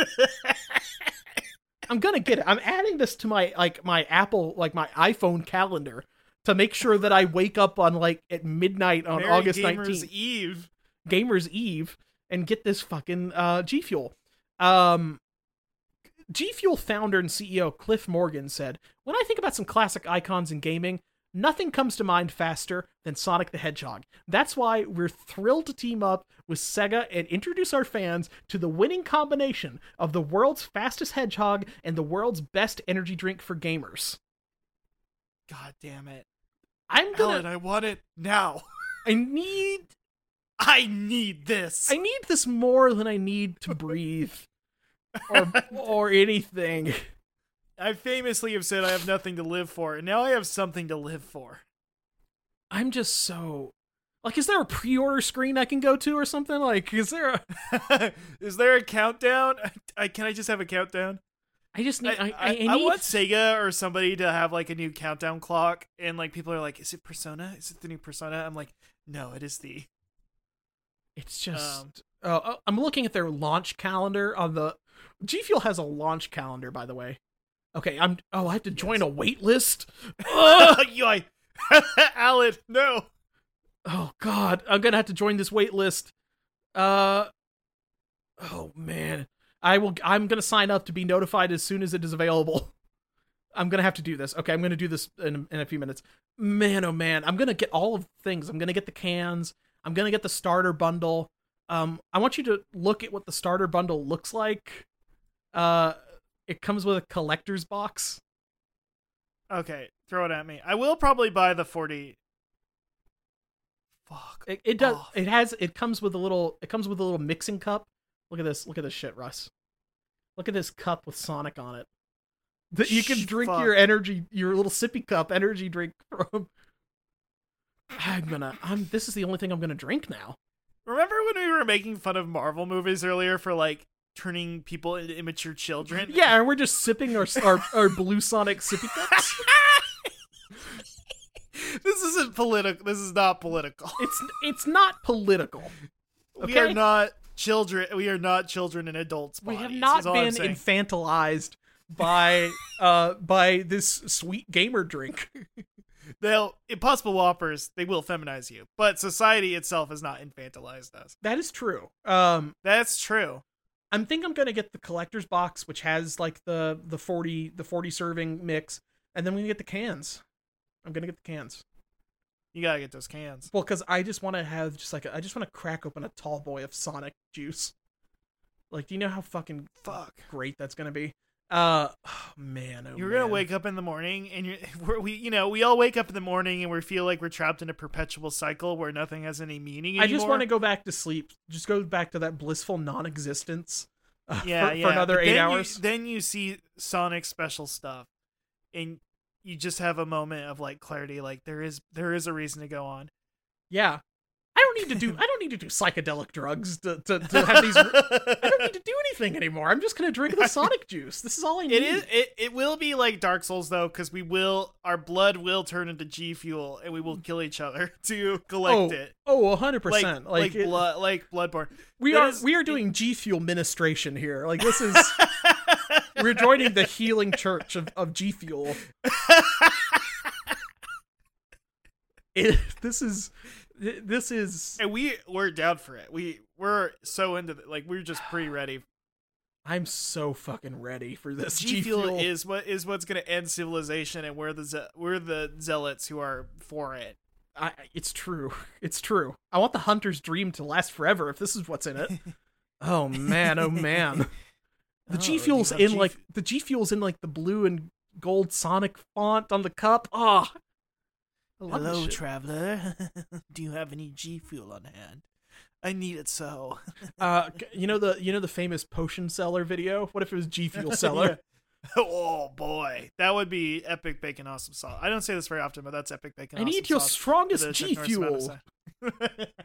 I'm gonna get it. I'm adding this to my like my Apple like my iPhone calendar to make sure that I wake up on like at midnight on
Merry
August
Gamers
19th,
Eve.
Gamers Eve, and get this fucking uh, G Fuel. Um, G Fuel founder and CEO Cliff Morgan said, "When I think about some classic icons in gaming." Nothing comes to mind faster than Sonic the Hedgehog. That's why we're thrilled to team up with Sega and introduce our fans to the winning combination of the world's fastest hedgehog and the world's best energy drink for gamers.
God damn it.
I'm gonna.
Alan, I want it now.
I need.
I need this.
I need this more than I need to breathe, or or anything.
I famously have said I have nothing to live for, and now I have something to live for.
I'm just so. Like, is there a pre-order screen I can go to or something? Like, is there a?
Is there a countdown? I, I, can I just have a countdown?
I just need. I, I, I,
I
need-
want Sega or somebody to have like a new countdown clock, and like people are like, "Is it Persona? Is it the new Persona?" I'm like, "No, it is the."
It's just. oh, oh, I'm looking at their launch calendar on the. G Fuel has a launch calendar, by the way. Okay, I'm. Oh, I have to join a wait list. Ugh!
Yoy. Alan, no.
oh God, I'm gonna have to join this wait list. Uh. Oh man, I will. I'm gonna sign up to be notified as soon as it is available. I'm gonna have to do this. Okay, I'm gonna do this in, in a few minutes. Man, oh man, I'm gonna get all of the things. I'm gonna get the cans. I'm gonna get the starter bundle. Um, I want you to look at what the starter bundle looks like. Uh, it comes with a collector's box.
Okay, throw it at me. I will probably buy the forty. Fuck.
It, it does.
off.
It has. It comes with a little. It comes with a little mixing cup. Look at this. Look at this shit, Russ. Look at this cup with Sonic on it. That you can
Sh-
drink
fuck.
your energy, your little sippy cup energy drink from. I'm gonna. I'm. This is the only thing I'm gonna drink now.
Remember when we were making fun of Marvel movies earlier for like turning people into immature children?
Yeah, and we're just sipping our our, our blue Sonic sippy cups.
This isn't political. This is not political.
It's it's not political.
We are
okay.
not children. We are not children in adults.
We have
bodies,
not
is all I'm
been
saying.
infantilized by uh by this sweet gamer drink.
They'll impossible whoppers. They will feminize you, but society itself has not infantilized us.
That is true. Um,
That's true.
I'm think I'm gonna get the collector's box, which has like the the forty the forty serving mix, and then we get the cans. I'm gonna get the cans.
You gotta get those cans.
Well, because I just want to have just like a, I just want to crack open a tall boy of Sonic juice. Like, do you know how fucking
Fuck.
great that's gonna be? Uh, oh, man, oh,
You're gonna
man.
wake up in the morning, and you're, we're, we, you know, we all wake up in the morning, and we feel like we're trapped in a perpetual cycle where nothing has any meaning.
I just
want
want to go back to sleep. Just go back to that blissful non-existence. uh,
yeah,
for,
yeah.
for another
But
eight
then
hours.
You, then you see Sonic special stuff, and you just have a moment of like clarity. Like there is there is a reason to go on.
yeah, I don't need to do. I don't need to do psychedelic drugs to to, to have these I don't need to do anything anymore. I'm just gonna drink the Sonic juice. This is all I need.
it is it, it will be like Dark Souls though, because we will our blood will turn into G fuel, and we will kill each other to collect
Oh,
it.
Oh, hundred
Like
percent.
like,
Like, it-
blood like Bloodborne.
we
that
are
is-
we are doing G Fuel ministration here. Like this is we're joining the healing church of, of G Fuel. It, this is th- this is
and we we're down for it. We we're so into the, like we're just pre ready.
I'm so fucking ready for this.
G fuel is what is what's gonna end civilization, and we're the ze- we're the zealots who are for it.
I, it's true. It's true. I want the hunter's dream to last forever if this is what's in it. oh man, oh man. The
Oh,
G
you
Fuel's
have
in
G-
like the G Fuel's in like the blue and gold Sonic font on the cup. Ah. I love this shit.
traveler. Do you have any G fuel on hand? I need it so.
uh, c- you know the you know the famous potion seller video. What if it was G Fuel seller?
oh boy, that would be epic bacon awesome sauce. I don't say this very often, but that's epic bacon.
I
awesome
need your
sauce for
strongest
the
G
Chuck Norris
Fuel.
amount of time.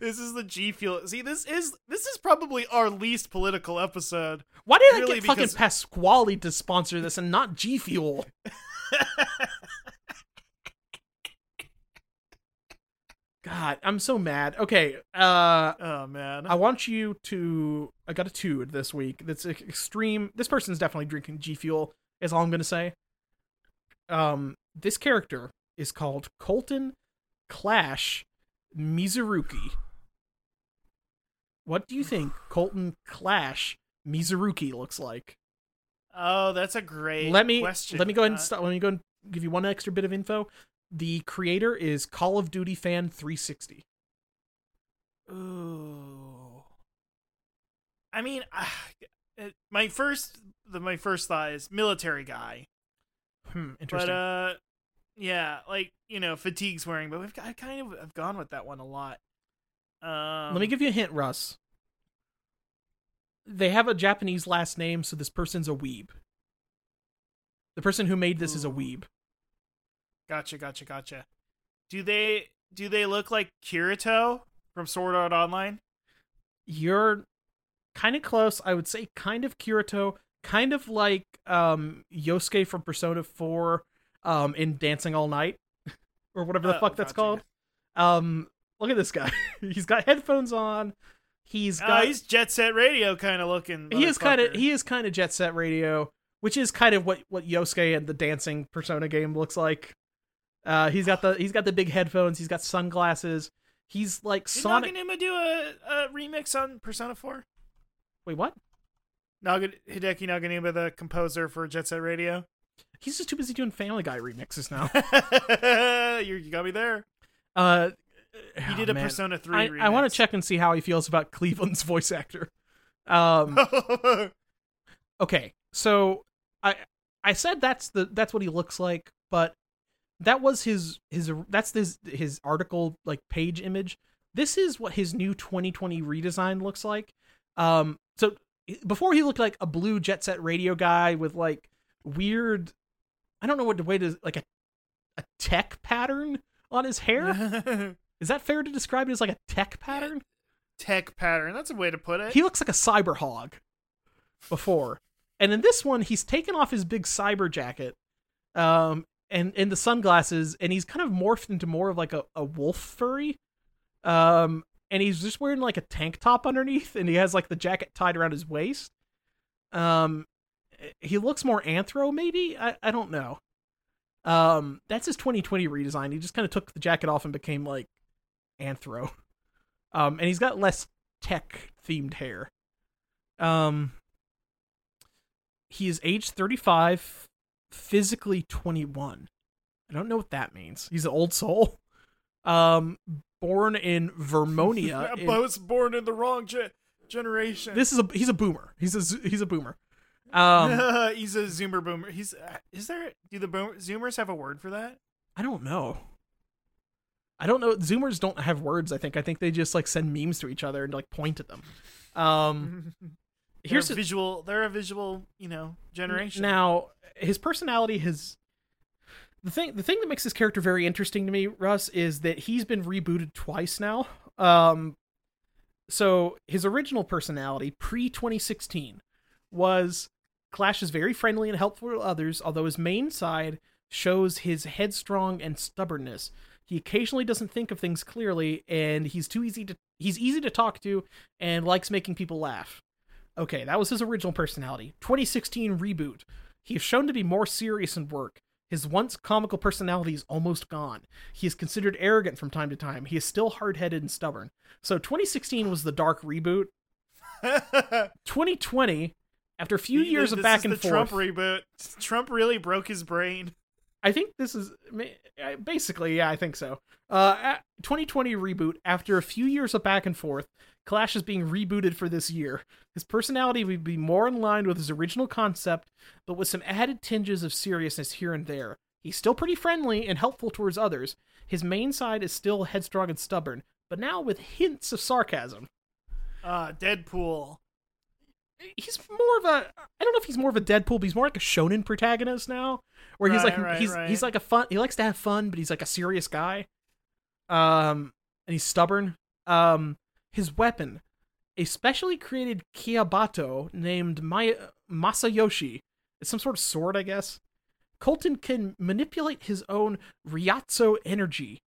this is the G fuel. See, this is this is probably our least political episode.
Why did I
Really,
get fucking
because-
Pasquale to sponsor this and not G Fuel? God, I'm so mad. Okay, uh,
Oh man.
I want you to. I got a two this week. That's ex- extreme. This person's definitely drinking G Fuel. Is all I'm gonna say. Um, this character is called Colton Clash Mizuruki. What do you think Colton Clash Mizuruki looks like?
oh, that's a great
let me
question.
let me go ahead and
Uh,
stop. Let me go and give you one extra bit of info. The creator is Call of Duty fan 360.
Ooh. I mean, ah, it- my first the my first thought is military guy,
Hmm,
but
interesting.
uh, yeah, like you know, fatigue's wearing. But we've I kind of have gone with that one a lot. Um,
Let me give you a hint, Russ. They have a Japanese last name, so this person's a weeb. The person who made this is a
Ooh.
weeb.
Gotcha, gotcha, gotcha. Do they do they look like Kirito from Sword Art Online?
You're kind of close, I would say, kind of Kirito, kind of like um, Yosuke from Persona 4 um, in Dancing All Night, or whatever the
Oh,
fuck that's
gotcha.
called. Um, look at this guy. he's got headphones on. He's
Uh,
got
he's Jet Set Radio kind of looking.
he is kind of
motherfucker.
he is kind of jet set radio which is kind of what what yosuke and the dancing persona game looks like uh he's got the he's got the big headphones he's got sunglasses he's like
Did
sonic
Naganuma do a, a remix on Persona Four?
wait what
Naga, Hideki Naganuma, the composer for Jet Set Radio.
he's just too busy doing family guy remixes now
you you got me there.
uh
He
oh,
did a
man.
Persona Three.
i,
remix.
I want to check and see how he feels about cleveland's voice actor um okay so i i said that's the that's what he looks like but that was his his that's his his article like page image this is what his new 2020 redesign looks like um so before he looked like a blue jet set radio guy with like weird i don't know what the way to like a a tech pattern on his hair is that fair to describe it as like a tech pattern
Tech pattern. That's a way to put it.
he looks like a cyber hog before. And in this one, he's taken off his big cyber jacket um, and, and the sunglasses, and he's kind of morphed into more of like a, a wolf furry. Um, and he's just wearing like a tank top underneath, and he has like the jacket tied around his waist. Um, he looks more anthro, maybe? I, I don't know. Um, that's his 2020 redesign. He just kind of took the jacket off and became like anthro. Um, and he's got less tech themed hair. Um, he is age 35, physically 21. I don't know what that means. He's an old soul. Um, born in Vermonia.
I
uh, in-
was born in the wrong ge- generation.
this is a he's a boomer. He's a z- he's a boomer. Um,
he's a zoomer boomer. He's uh, is there? Do the boom- zoomers have a word for that?
I don't know. I don't know. Zoomers don't have words. I think. I think they just like send memes to each other and like point at them. Um, here's
Here's a
the-
visual. They're a visual, you know, generation.
Now, his personality has the thing the thing that makes this character very interesting to me, Russ, is that he's been rebooted twice now. Um so his original personality pre-2016 was Clash is very friendly and helpful to others, although his main side shows his headstrong and stubbornness. He occasionally doesn't think of things clearly and he's too easy to he's easy to talk to and likes making people laugh. Okay, that was his original personality. 2016 reboot. He is shown to be more serious in work. His once comical personality is almost gone. He is considered arrogant from time to time. He is still hard headed and stubborn. So 2016 was the dark reboot. 2020, after a few
He-
years
this
of back
is
and
the
forth,
Trump reboot. Trump really broke his brain.
I think this is I- basically, yeah, I think so. Uh, at- 2020 reboot. After a few years of back and forth, Clash is being rebooted for this year. His personality would be more in line with his original concept, but with some added tinges of seriousness here and there. He's still pretty friendly and helpful towards others. His main side is still headstrong and stubborn, but now with hints of sarcasm.
Uh, Deadpool.
He's more of a I don't know if he's more of a Deadpool, but he's more like a shonen protagonist now, where he's
Right,
like
right,
he's
right.
he's like a fun he likes to have fun, but he's like a serious guy. Um and he's stubborn. Um his weapon, a specially created Kiabato named Maya, Masayoshi. It's some sort of sword, I guess. Colton can manipulate his own Ryatsu energy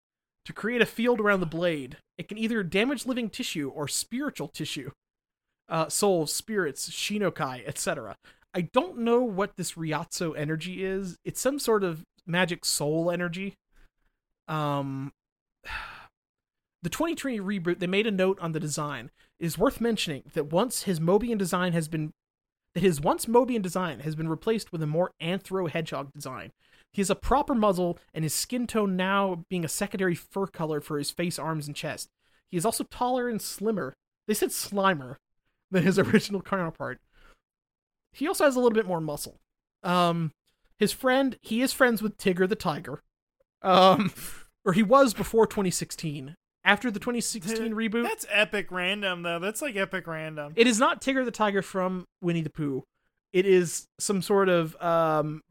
to create a field around the blade. It can either damage living tissue or spiritual tissue, uh, souls, spirits, shinokai, etc. I don't know what this Ryatsu energy is. It's some sort of magic soul energy. Um, the 2020 reboot, they made a note on the design. It is worth mentioning that once his Mobian design has been that his once Mobian design has been replaced with a more anthro hedgehog design. He has a proper muzzle, and his skin tone now being a secondary fur color for his face, arms, and chest. He is also taller and slimmer. They said slimer than his original counterpart. He also has a little bit more muscle. Um, his friend, he is friends with Tigger the tiger, um, or he was before 2016. After the 2016 reboot,
That's epic random though. That's like epic random.
it is not Tigger the Tiger from Winnie the Pooh. It is some sort of um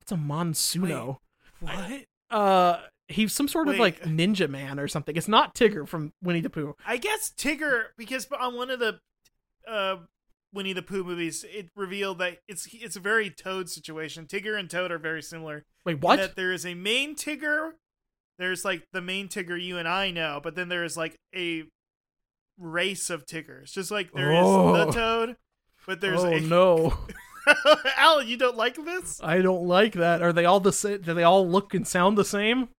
it's a Monsuno.
what?
Uh he's some sort of like
Wait.
ninja man or something. It's not Tigger from Winnie the Pooh.
I guess Tigger because on one of the uh Winnie the Pooh movies, it revealed that it's it's a very Toad situation. Tigger and Toad are very similar.
Wait,
in
what?
That there is a main Tigger. There's like the main Tigger you and I know, but then there is like a race of Tiggers. Just like there is
Oh.
the Toad, but there's
oh
a
no.
Al, you don't like this?
I don't like that. Are they all the same? Do they all look and sound the same?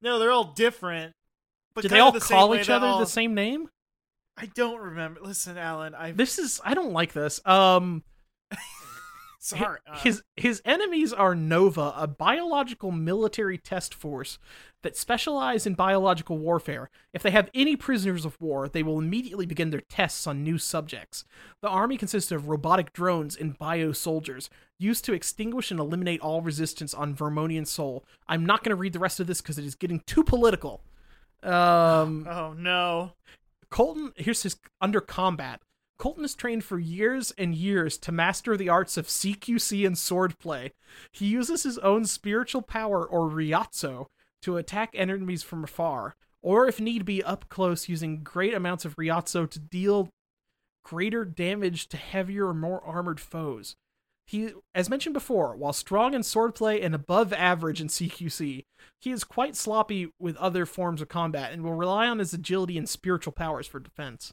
No, they're all different. But
Do they
kinda
all
the same
call
way
each
they
other
all-
the same name?
I don't remember. Listen, Alan, I'm
This is I don't like this. Um Hi-
sorry. Uh,
His his enemies are Nova, a biological military test force that specialize in biological warfare. If they have any prisoners of war, they will immediately begin their tests on new subjects. The army consists of robotic drones and bio soldiers used to extinguish and eliminate all resistance on Vermonian Sol. I'm not going to read the rest of this because it is getting too political. Um,
oh no.
Colton, here's his under combat. Colton has trained for years and years to master the arts of CQC and swordplay. He uses his own spiritual power or Ryatsu to attack enemies from afar, or if need be, up close using great amounts of Ryatsu to deal greater damage to heavier or more armored foes. He, as mentioned before, while strong in swordplay and above average in CQC, he is quite sloppy with other forms of combat and will rely on his agility and spiritual powers for defense.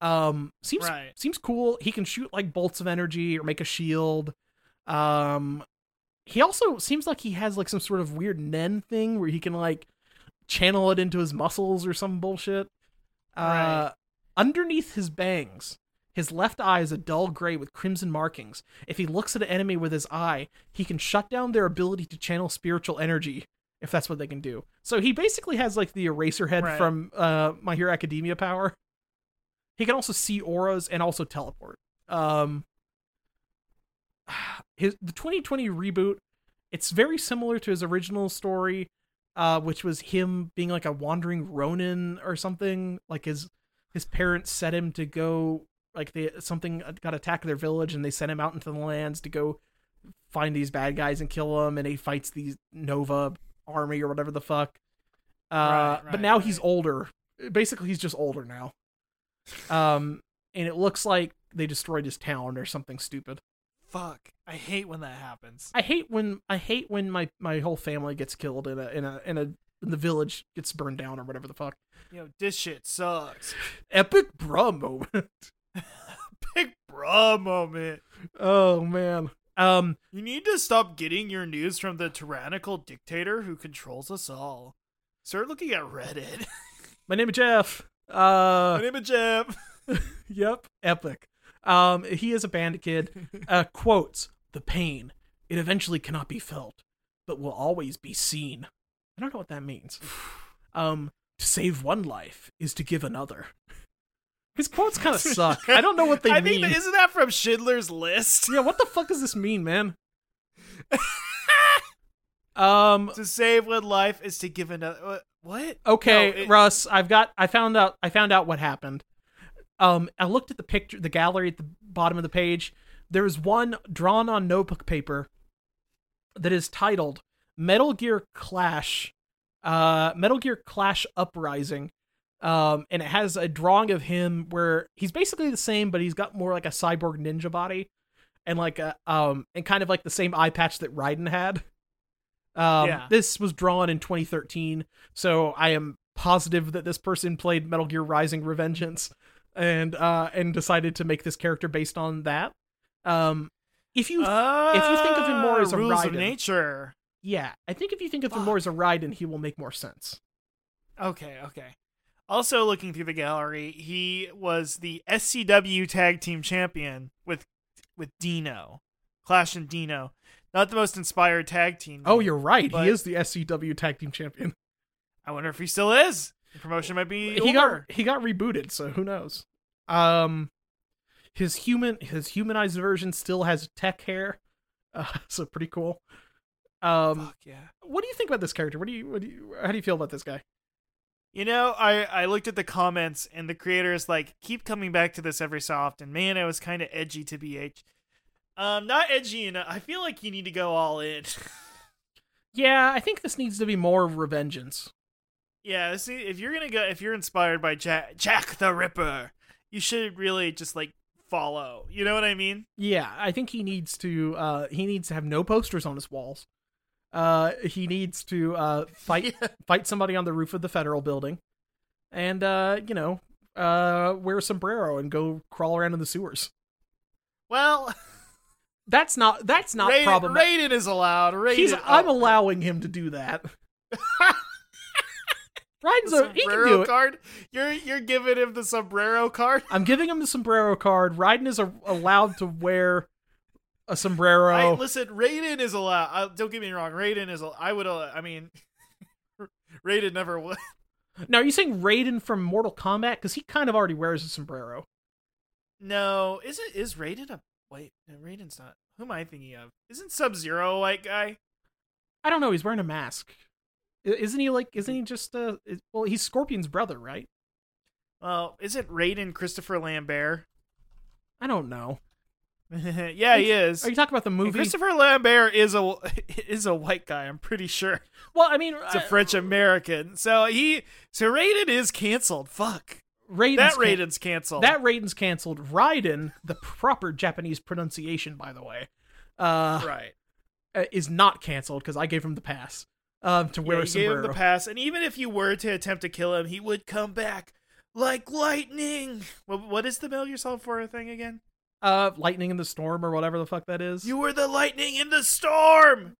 Um, seems
Right.
seems cool. He can shoot like bolts of energy or make a shield. Um, he also seems like he has like some sort of weird Nen thing where he can like channel it into his muscles or some bullshit. Uh,
Right.
underneath his bangs, his left eye is a dull gray with crimson markings. If he looks at an enemy with his eye, he can shut down their ability to channel spiritual energy if that's what they can do. So he basically has like the eraser head
Right.
from uh, My Hero Academia power. He can also see auras and also teleport. Um, his the 2020 reboot, it's very similar to his original story, uh, which was him being like a wandering Ronin or something. Like his his parents set him to go like they something got attacked their village and they sent him out into the lands to go find these bad guys and kill them and he fights these Nova army or whatever the fuck. Uh,
Right,
but
right,
now he's
right.
older. Basically, he's just older now. Um, and it looks like they destroyed his town or something stupid.
Fuck. I hate when that happens.
I hate when I hate when my my whole family gets killed in a in a in a in the village gets burned down or whatever the fuck.
You know, this shit sucks.
Epic bra moment.
Big bra moment.
Oh man. Um
You need to stop getting your news from the tyrannical dictator who controls us all. Start looking at Reddit.
my name is Jeff.
My
Uh
name is Jeff.
yep, epic. Um he is a bandit kid. Uh quotes the pain. It eventually cannot be felt, but will always be seen. I don't know what that means. Um to save one life is to give another. His quotes kind of suck. I don't know what they
I
mean.
think that, isn't that from Schindler's List?
Yeah, what the fuck does this mean, man? um
to save one life is to give another. What?
okay,
No, it-
Russ, I've got I found out I found out what happened. Um I looked at the picture the gallery at the bottom of the page. There is one drawn on notebook paper that is titled Metal Gear Clash uh Metal Gear Clash Uprising. Um and it has a drawing of him where he's basically the same but he's got more like a cyborg ninja body and like a um and kind of like the same eye patch that Raiden had. Um,
Yeah.
This was drawn in 2013, so I am positive that this person played Metal Gear Rising: Revengeance, and uh, and decided to make this character based on that. Um, if you,
Uh,
you think of him more as a
Ah, rules of
Raiden.
nature.
yeah, I think if you think of him more as a Raiden, he will make more sense.
Okay, okay. Also, looking through the gallery, he was the SCW Tag Team Champion with with Dino, Clash and Dino. Not the most inspired tag team.
Oh, you're right.
But-
he is the SCW Tag Team Champion.
I wonder if he still is. The promotion might be.
He got
over.
he got rebooted, so who knows? Um, his human his humanized version still has tech hair, uh, so pretty cool. Um,
Fuck yeah.
what do you think about this character? What do you what do you how do you feel about this guy?
You know, I I looked at the comments and the creators like keep coming back to this every so often. Man, I was kind of edgy to BH. Um, not edgy enough. I feel like you need to go all in.
Yeah, I think this needs to be more revengeance.
Yeah, see, if you're gonna go, if you're inspired by Jack, Jack the Ripper, you should really just like follow. You know what I mean?
Yeah, I think he needs to uh he needs to have no posters on his walls. Uh he needs to uh fight fight somebody on the roof of the federal building and uh you know uh wear a sombrero and go crawl around in the sewers.
Well,
That's not that's not
Raiden,
problematic.
Raiden is allowed. Raiden,
He's I'm
oh,
allowing him to do that. Ryan's a, he can
sombrero
do it.
card. You're you're giving him the sombrero card.
I'm giving him the sombrero card. Raiden is a, allowed to wear a sombrero.
I, listen, Raiden is allowed. Uh, don't get me wrong. Raiden is. al- I would. al- I mean, Raiden never would.
now, are you saying Raiden from Mortal Kombat? Because he kind of already wears a sombrero.
No, is it is Raiden a wait? No, Raiden's not. Who am I thinking of? Isn't Sub Zero a white guy?
I don't know. He's wearing a mask. I- Isn't he like? Isn't he just uh? is- Well, he's Scorpion's brother, right?
Well, isn't Raiden Christopher Lambert?
I don't know.
yeah, he is.
Are you talking about the
And
movie?
Christopher Lambert is a is a white guy. I'm pretty sure
well, I mean,
it's a
uh,
French American. So he so Raiden is canceled. Fuck
Raiden's
that
can-
Raiden's canceled.
that Raiden's canceled. Raiden, the proper Japanese pronunciation, by the way, uh,
right.
uh, is not canceled because I gave him the pass um, to wear
Yeah, you
a
gave him
sombrero.
the pass, and even if you were to attempt to kill him, he would come back like lightning. What, what is the Metal Gear Solid 4 thing again?
uh, lightning in the storm or whatever the fuck that is.
You were the lightning in the storm.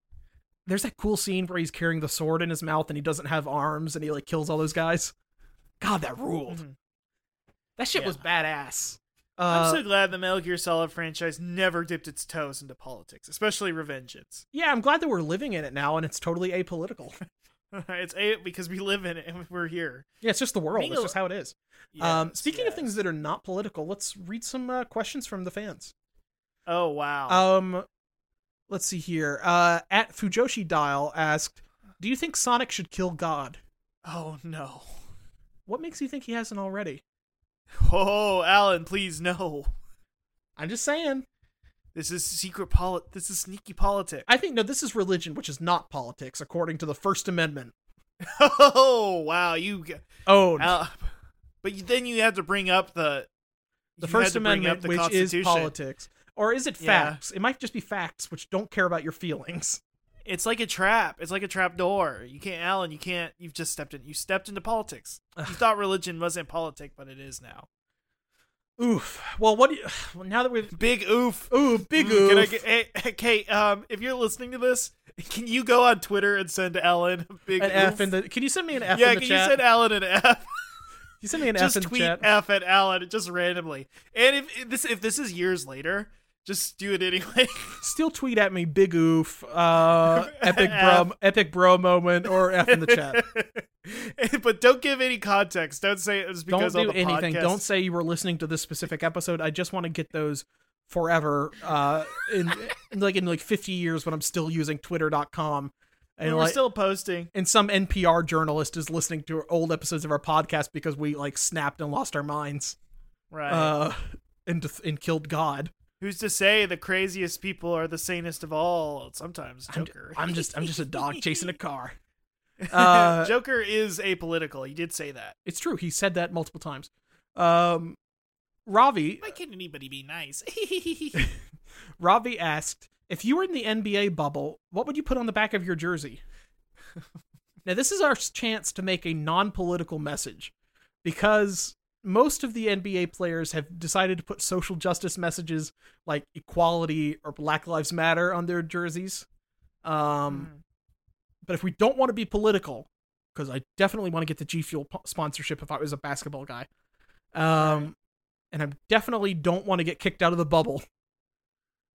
There's that cool scene where he's carrying the sword in his mouth and he doesn't have arms and he like kills all those guys. God, that ruled.
Mhm.
That shit
Yeah.
was badass. Uh,
I'm so glad the Metal Gear Solid franchise never dipped its toes into politics, especially Revengeance.
yeah, I'm glad that we're living in it now and it's totally apolitical.
it's a because we live in it and we're here.
yeah, it's just the world.
Being
It's
a-
just how it is. um,
Yes,
speaking of
yes.
things that are not political, let's read some uh, questions from the fans.
oh wow,
Um, let's see here. Uh, at Fujoshi Dial asked, "Do you think Sonic should kill God?
oh no,
What makes you think he hasn't already?"
oh Alan, please no.
I'm just saying.
This is secret poli. This is sneaky politics.
I think no, this is religion, which is not politics, according to the First Amendment.
oh wow, you. g-
Oh,
Al- but you- then you have to bring up the you
the
had
First
to bring
Amendment,
up the
which is
Constitution.
politics, or is it
Yeah.
facts? It might just be facts, which don't care about your feelings.
It's like a trap. It's like a trap door. You can't, Alan. You can't. You've just stepped in. You stepped into politics. You thought religion wasn't politic, but it is now.
Oof. Well, what do you? Well, now that we've
Big oof.
ooh big
Ooh,
oof.
Mm, Can I get, hey, hey, Kate, um, if you're listening to this, can you go on Twitter and send Alan a big
an
oof?
F in the? Can you send me an F
yeah,
in the
can
chat?
you send Alan an F?
You send me an
just
F in
tweet
the chat.
F at Alan just randomly. And if if this if this is years later, just do it anyway.
Still tweet at me, big oof, uh, epic
F.
bro, epic bro moment, or F in the chat.
but don't give any context. Don't say it was
Don't
because on
do
the
anything.
podcast.
Don't say you were listening to this specific episode. I just want to get those forever, uh, in, in like in like fifty years when I'm still using Twitter.com, and
we're
like
still posting.
and some NPR journalist is listening to old episodes of our podcast because we like snapped and lost our minds,
Right.
uh, and and killed God.
Who's to say the craziest people are the sanest of all? Sometimes
I'm,
Joker.
I'm just I'm just a dog chasing a car. Uh,
Joker is apolitical. You did say that.
It's true. He said that multiple times. Um, Ravi
Why can't anybody be nice?
Ravi asked if you were in the NBA bubble, what would you put on the back of your jersey? Now, this is our s- chance to make a non political message because most of the NBA players have decided to put social justice messages like equality or Black Lives Matter on their jerseys.
Hmm.
Um, But if we don't want to be political, because I definitely want to get the G Fuel po- sponsorship if I was a basketball guy, um,
Right.
and I definitely don't want to get kicked out of the bubble.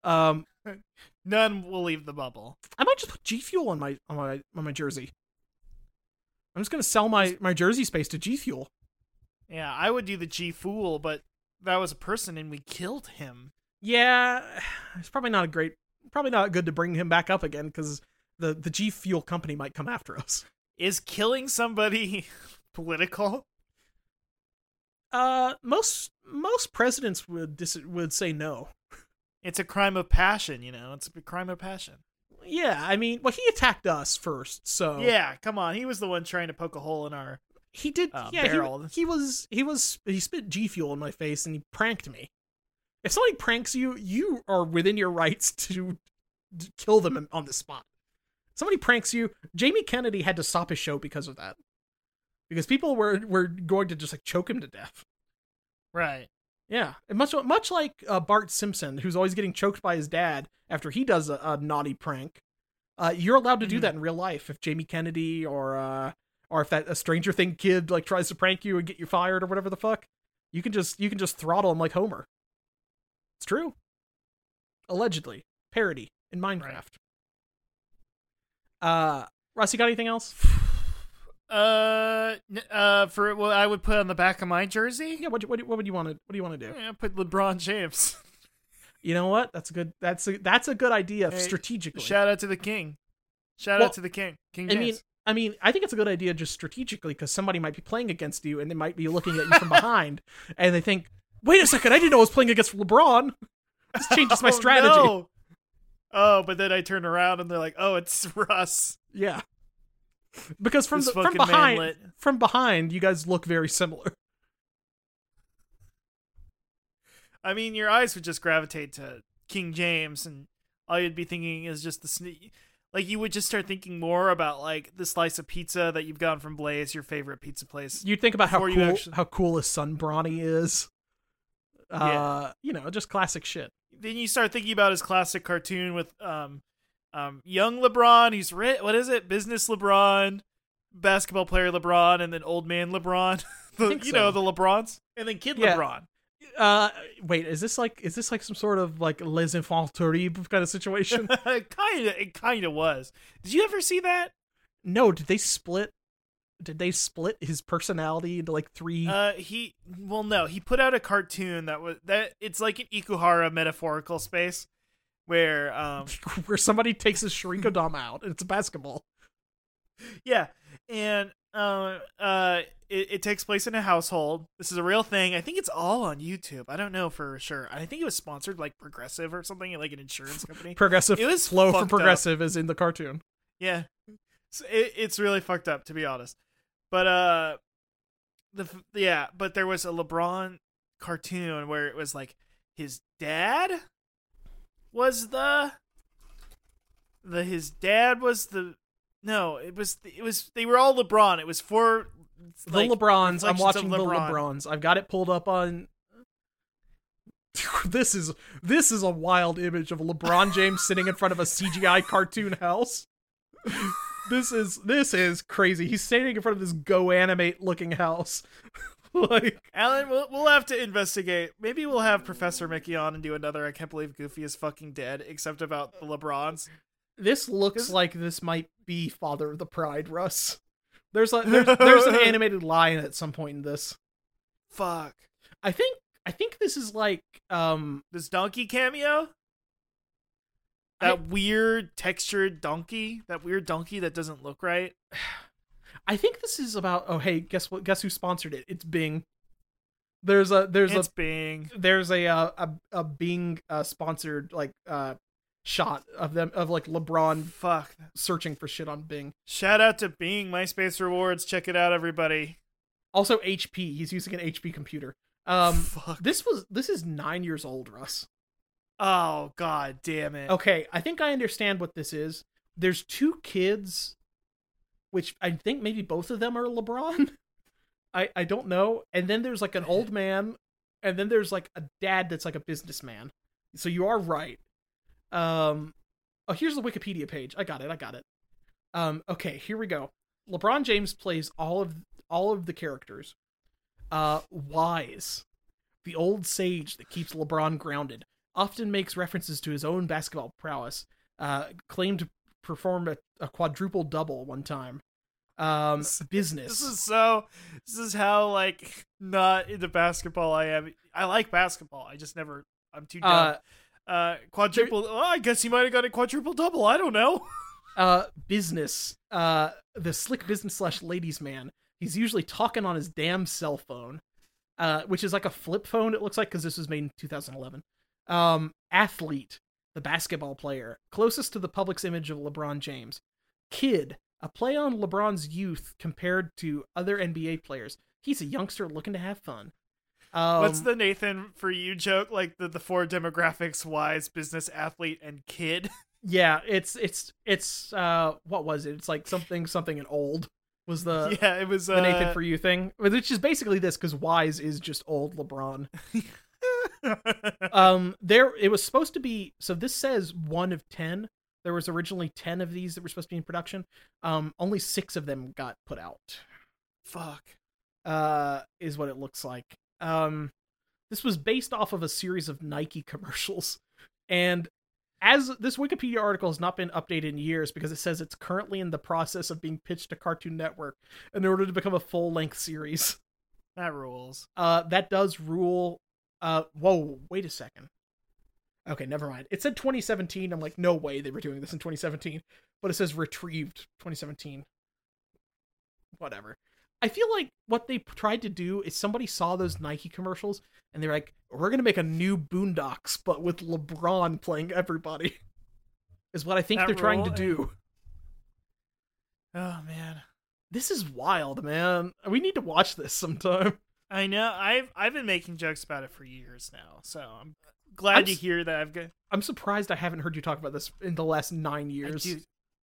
Um,
none will leave the bubble.
I might just put G Fuel on my on my on my jersey. I'm just gonna sell my my jersey space to G Fuel.
Yeah, I would do the G Fool, but that was a person and we killed him.
Yeah, it's probably not a great, probably not good to bring him back up again because the the G Fuel company might come after us.
Is killing somebody political?
Uh, most most presidents would dis- would say no.
It's a crime of passion, you know. It's a crime of passion.
Yeah, I mean, well, he attacked us first, so
Yeah, come on. He was the one trying to poke a hole in our.
he did.
Uh,
yeah, he,
barreled.
he was he was he spit G Fuel in my face and he pranked me. If somebody pranks you, you are within your rights to d- kill them on the spot. Somebody pranks you. Jamie Kennedy had to stop his show because of that, because people were were going to just like choke him to death.
Right.
Yeah, and much much like uh, Bart Simpson, who's always getting choked by his dad after he does a, a naughty prank. Uh, you're allowed to do
Mhm.
that in real life if Jamie Kennedy or uh, or if that a Stranger Thing kid like tries to prank you and get you fired or whatever the fuck. You can just you can just throttle him like Homer. It's true. Allegedly parody in Minecraft. Uh, Russ, you got anything else?
Uh, n- uh, for what I would put on the back of my jersey,
Yeah. What do- what, do- what would you want to what do you want to do?
Yeah, put LeBron James.
You know what? That's a good that's a that's a good idea
Hey,
strategically.
Shout out to the king. Shout
Well,
out to the king. King
I
James.
mean, I mean, I think it's a good idea just strategically because somebody might be playing against you and they might be looking at you from behind and they think, "Wait a second, I didn't know I was playing against LeBron. This changes my
Oh,
strategy."
no. Oh, but then I turn around and they're like, "Oh, it's Russ."
Yeah, because from
This
the, from
fucking man
behind,
lit.
from behind, you guys look very similar.
I mean, your eyes would just gravitate to King James, and all you'd be thinking is just the sne- like you would just start thinking more about like the slice of pizza that you've gotten from Blaze, your favorite pizza place.
You think about how
Before
cool
you actually-
how cool his son Bronny is. Uh, you know, just classic shit.
then you start thinking about his classic cartoon with um um young LeBron, he's ri what is it? Business LeBron, basketball player LeBron, and then old man LeBron. the,
think
you know,
so.
the LeBrons. And then kid
Yeah.
LeBron.
Uh, wait, is this like is this like some sort of like les enfants terribles kind of situation?
kinda it kinda was. Did you ever see that?
No, did they split? Did they split his personality into like three?
Uh he well no, he put out a cartoon that was that it's like an Ikuhara metaphorical space where um
where somebody takes his Shrinkodama out, and it's a basketball.
Yeah, and um, uh, it, it takes place in a household. This is a real thing. I think it's all on YouTube. I don't know for sure. I think it was sponsored like Progressive or something, like an insurance company.
Progressive.
It was
flow from
fucked up.
progressive is in the cartoon.
Yeah, so it, it's really fucked up to be honest. But uh, the f- yeah, but there was a LeBron cartoon where it was like his dad was the the his dad was the no it was it was they were all LeBron. It was four.
The
like,
LeBrons. I'm
reflections of
watching
LeBron.
the LeBrons. I've got it pulled up on. this is this is a wild image of LeBron James sitting in front of a CGI cartoon house. this is this is crazy. He's standing in front of this Go Animate looking house, like.
Alan, we'll, we'll have to investigate. Maybe we'll have Professor Mickey on and do another. I can't believe Goofy is fucking dead, except about the LeBrons.
this looks
This-
like this might be Father of the Pride, Russ. There's a there's, there's an animated lion at some point in this.
Fuck.
I think I think this is like um
This donkey cameo? That weird textured donkey? That weird donkey that doesn't look right?
I think this is about oh hey guess what guess who sponsored it? It's Bing. There's a there's
it's
a
Bing.
there's a uh, a a Bing uh, sponsored like uh shot of them of like LeBron
Fuck.
searching for shit on Bing.
Shout out to Bing, MySpace Rewards. Check it out, everybody.
Also HP, he's using an HP computer. Um
Fuck.
this was this is 9 years old, Russ.
Oh, god damn it.
Okay, I think I understand what this is. There's two kids which I think maybe both of them are LeBron. I I don't know. And then there's like an old man, and then there's like a dad that's like a businessman. So you are right. Um, oh, here's the Wikipedia page. I got it. I got it. Um, okay, here we go. LeBron James plays all of all of the characters. Uh, wise, the old sage that keeps LeBron grounded, often makes references to his own basketball prowess. Uh, claimed to perform a, a quadruple double one time. Um,
This-
business.
This is so. This is how like not into basketball I am. I like basketball. I just never. I'm too
uh,
dumb. Uh, quadruple. oh, I guess he might have got a quadruple double. I don't know.
uh business uh the slick business slash ladies man he's usually talking on his damn cell phone uh which is like a flip phone it looks like because this was made in 2011 um athlete the basketball player closest to the public's image of lebron james kid a play on lebron's youth compared to other nba players he's a youngster looking to have fun um,
What's the Nathan for you joke? Like the the four demographics: wise, business, athlete, and kid.
yeah it's it's it's uh what was it it's like something something and old was the
yeah, it was uh,
the Nathan for you thing, which is basically this because Wise is just old LeBron.
uh,
Um, there it was supposed to be. So this says one of ten. There was originally ten of these that were supposed to be in production. Um, only six of them got put out.
Fuck.
Uh, is what it looks like. Um, this was based off of a series of Nike commercials, and as this Wikipedia article has not been updated in years because it says it's currently in the process of being pitched to Cartoon Network in order to become a full length series.
That rules.
Uh, that does rule. Uh, whoa, wait a second. Okay, never mind. It said 2017. I'm like, no way they were doing this in 2017. But it says retrieved 2017. Whatever. I feel like what they tried to do is somebody saw those Nike commercials and they're like, we're going to make a new Boondocks, but with LeBron playing everybody, is what I think
That
they're trying to
rule- eh?
do.
Oh man.
This is wild, man. We need to watch this sometime.
I know. I've I've been making jokes about it for years now, so I'm glad
I'm
to
s-
hear that I've got.
I'm surprised I haven't heard you talk about this in the last nine
I,
years.
do-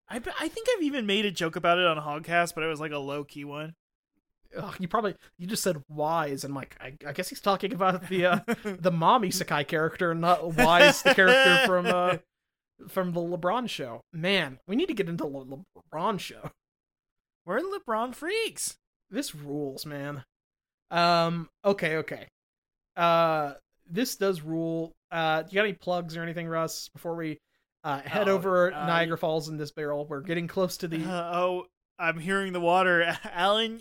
I be- I think I've even made a joke about it on Hogcast, but it was like a low key one.
Ugh, you probably you just said wise and I'm like I, I guess he's talking about the uh, the mommy Sakai character and not wise the character from uh, from the LeBron show. Man, we need to get into Le- Le- LeBron show.
We're LeBron freaks.
This rules, man. Um okay, okay. Uh this does rule. Uh you got any plugs or anything Russ before we uh, head
Oh,
over
uh,
Niagara Falls in this barrel. We're getting close to the
Uh, oh, I'm hearing the water, Alan.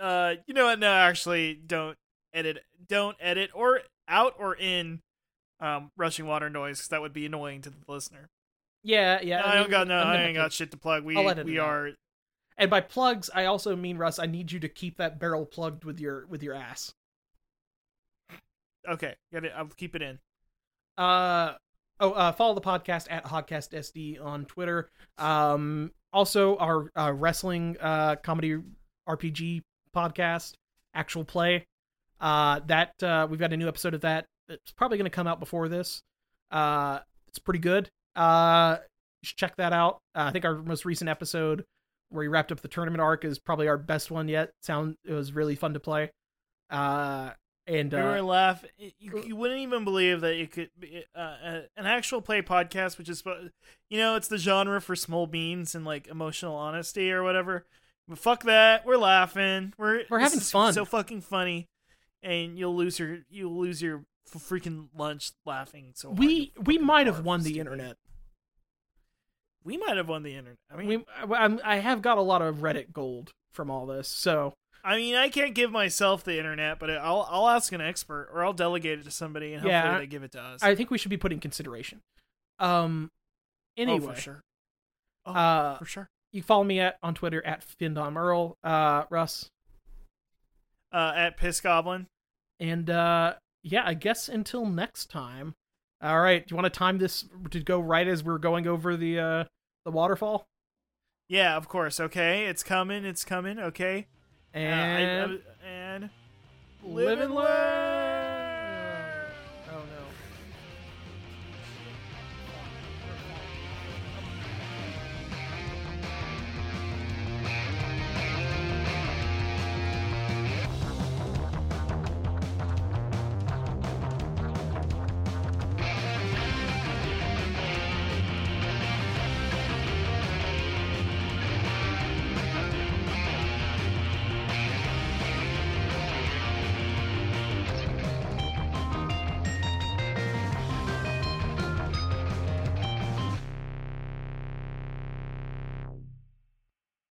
Uh, you know what? No, actually, don't edit. Don't edit or out or in. Um, rushing water noise 'cause that would be annoying to the listener.
Yeah, yeah.
I,
mean,
don't got no.
I'm
I
gonna
ain't
have to-
got shit to plug. We
I'll edit
we
it out.
are
And by plugs, I also mean Russ. I need you to keep that barrel plugged with your with your ass.
okay. Get it. I'll keep it in.
Uh oh. Uh, follow the podcast at HodcastSD on Twitter. Um, also our uh, wrestling uh comedy RPG podcast, actual play. Uh, that uh, we've got a new episode of that. It's probably going to come out before this. Uh, it's pretty good. Uh, you should check that out. Uh, I think our most recent episode where we wrapped up the tournament arc is probably our best one yet. Sound it was really fun to play. Uh, and
We were
uh,
laugh. You, you wouldn't even believe that it could be uh, uh, an actual play podcast, which is, spo- you know, it's the genre for small beans and like emotional honesty or whatever. But fuck that. We're laughing. We're
We're
this
having
is
fun.
So fucking funny, and you'll lose your you'll lose your f- freaking lunch laughing. So hard.
we we might have
barf,
won the
stupid.
internet.
we might have won the internet. I mean,
we, I- I'm, I have got a lot of Reddit gold from all this, so
I mean, I can't give myself the internet, but I'll I'll ask an expert or I'll delegate it to somebody, and
Yeah,
hopefully
I-
they give it to us.
I think we should be put in consideration. Um, anyway,
oh, for sure, Oh,
uh,
for sure.
you can follow me at on Twitter at findomerl, uh, Russ,
Uh, at Piss Goblin.
and uh, yeah, I guess until next time. All right, do you want to time this to go right as we're going over the uh, the waterfall?
Yeah, of course. Okay, it's coming. It's coming. Okay. Uh, I-
And
I- and
live and learn.
Oh,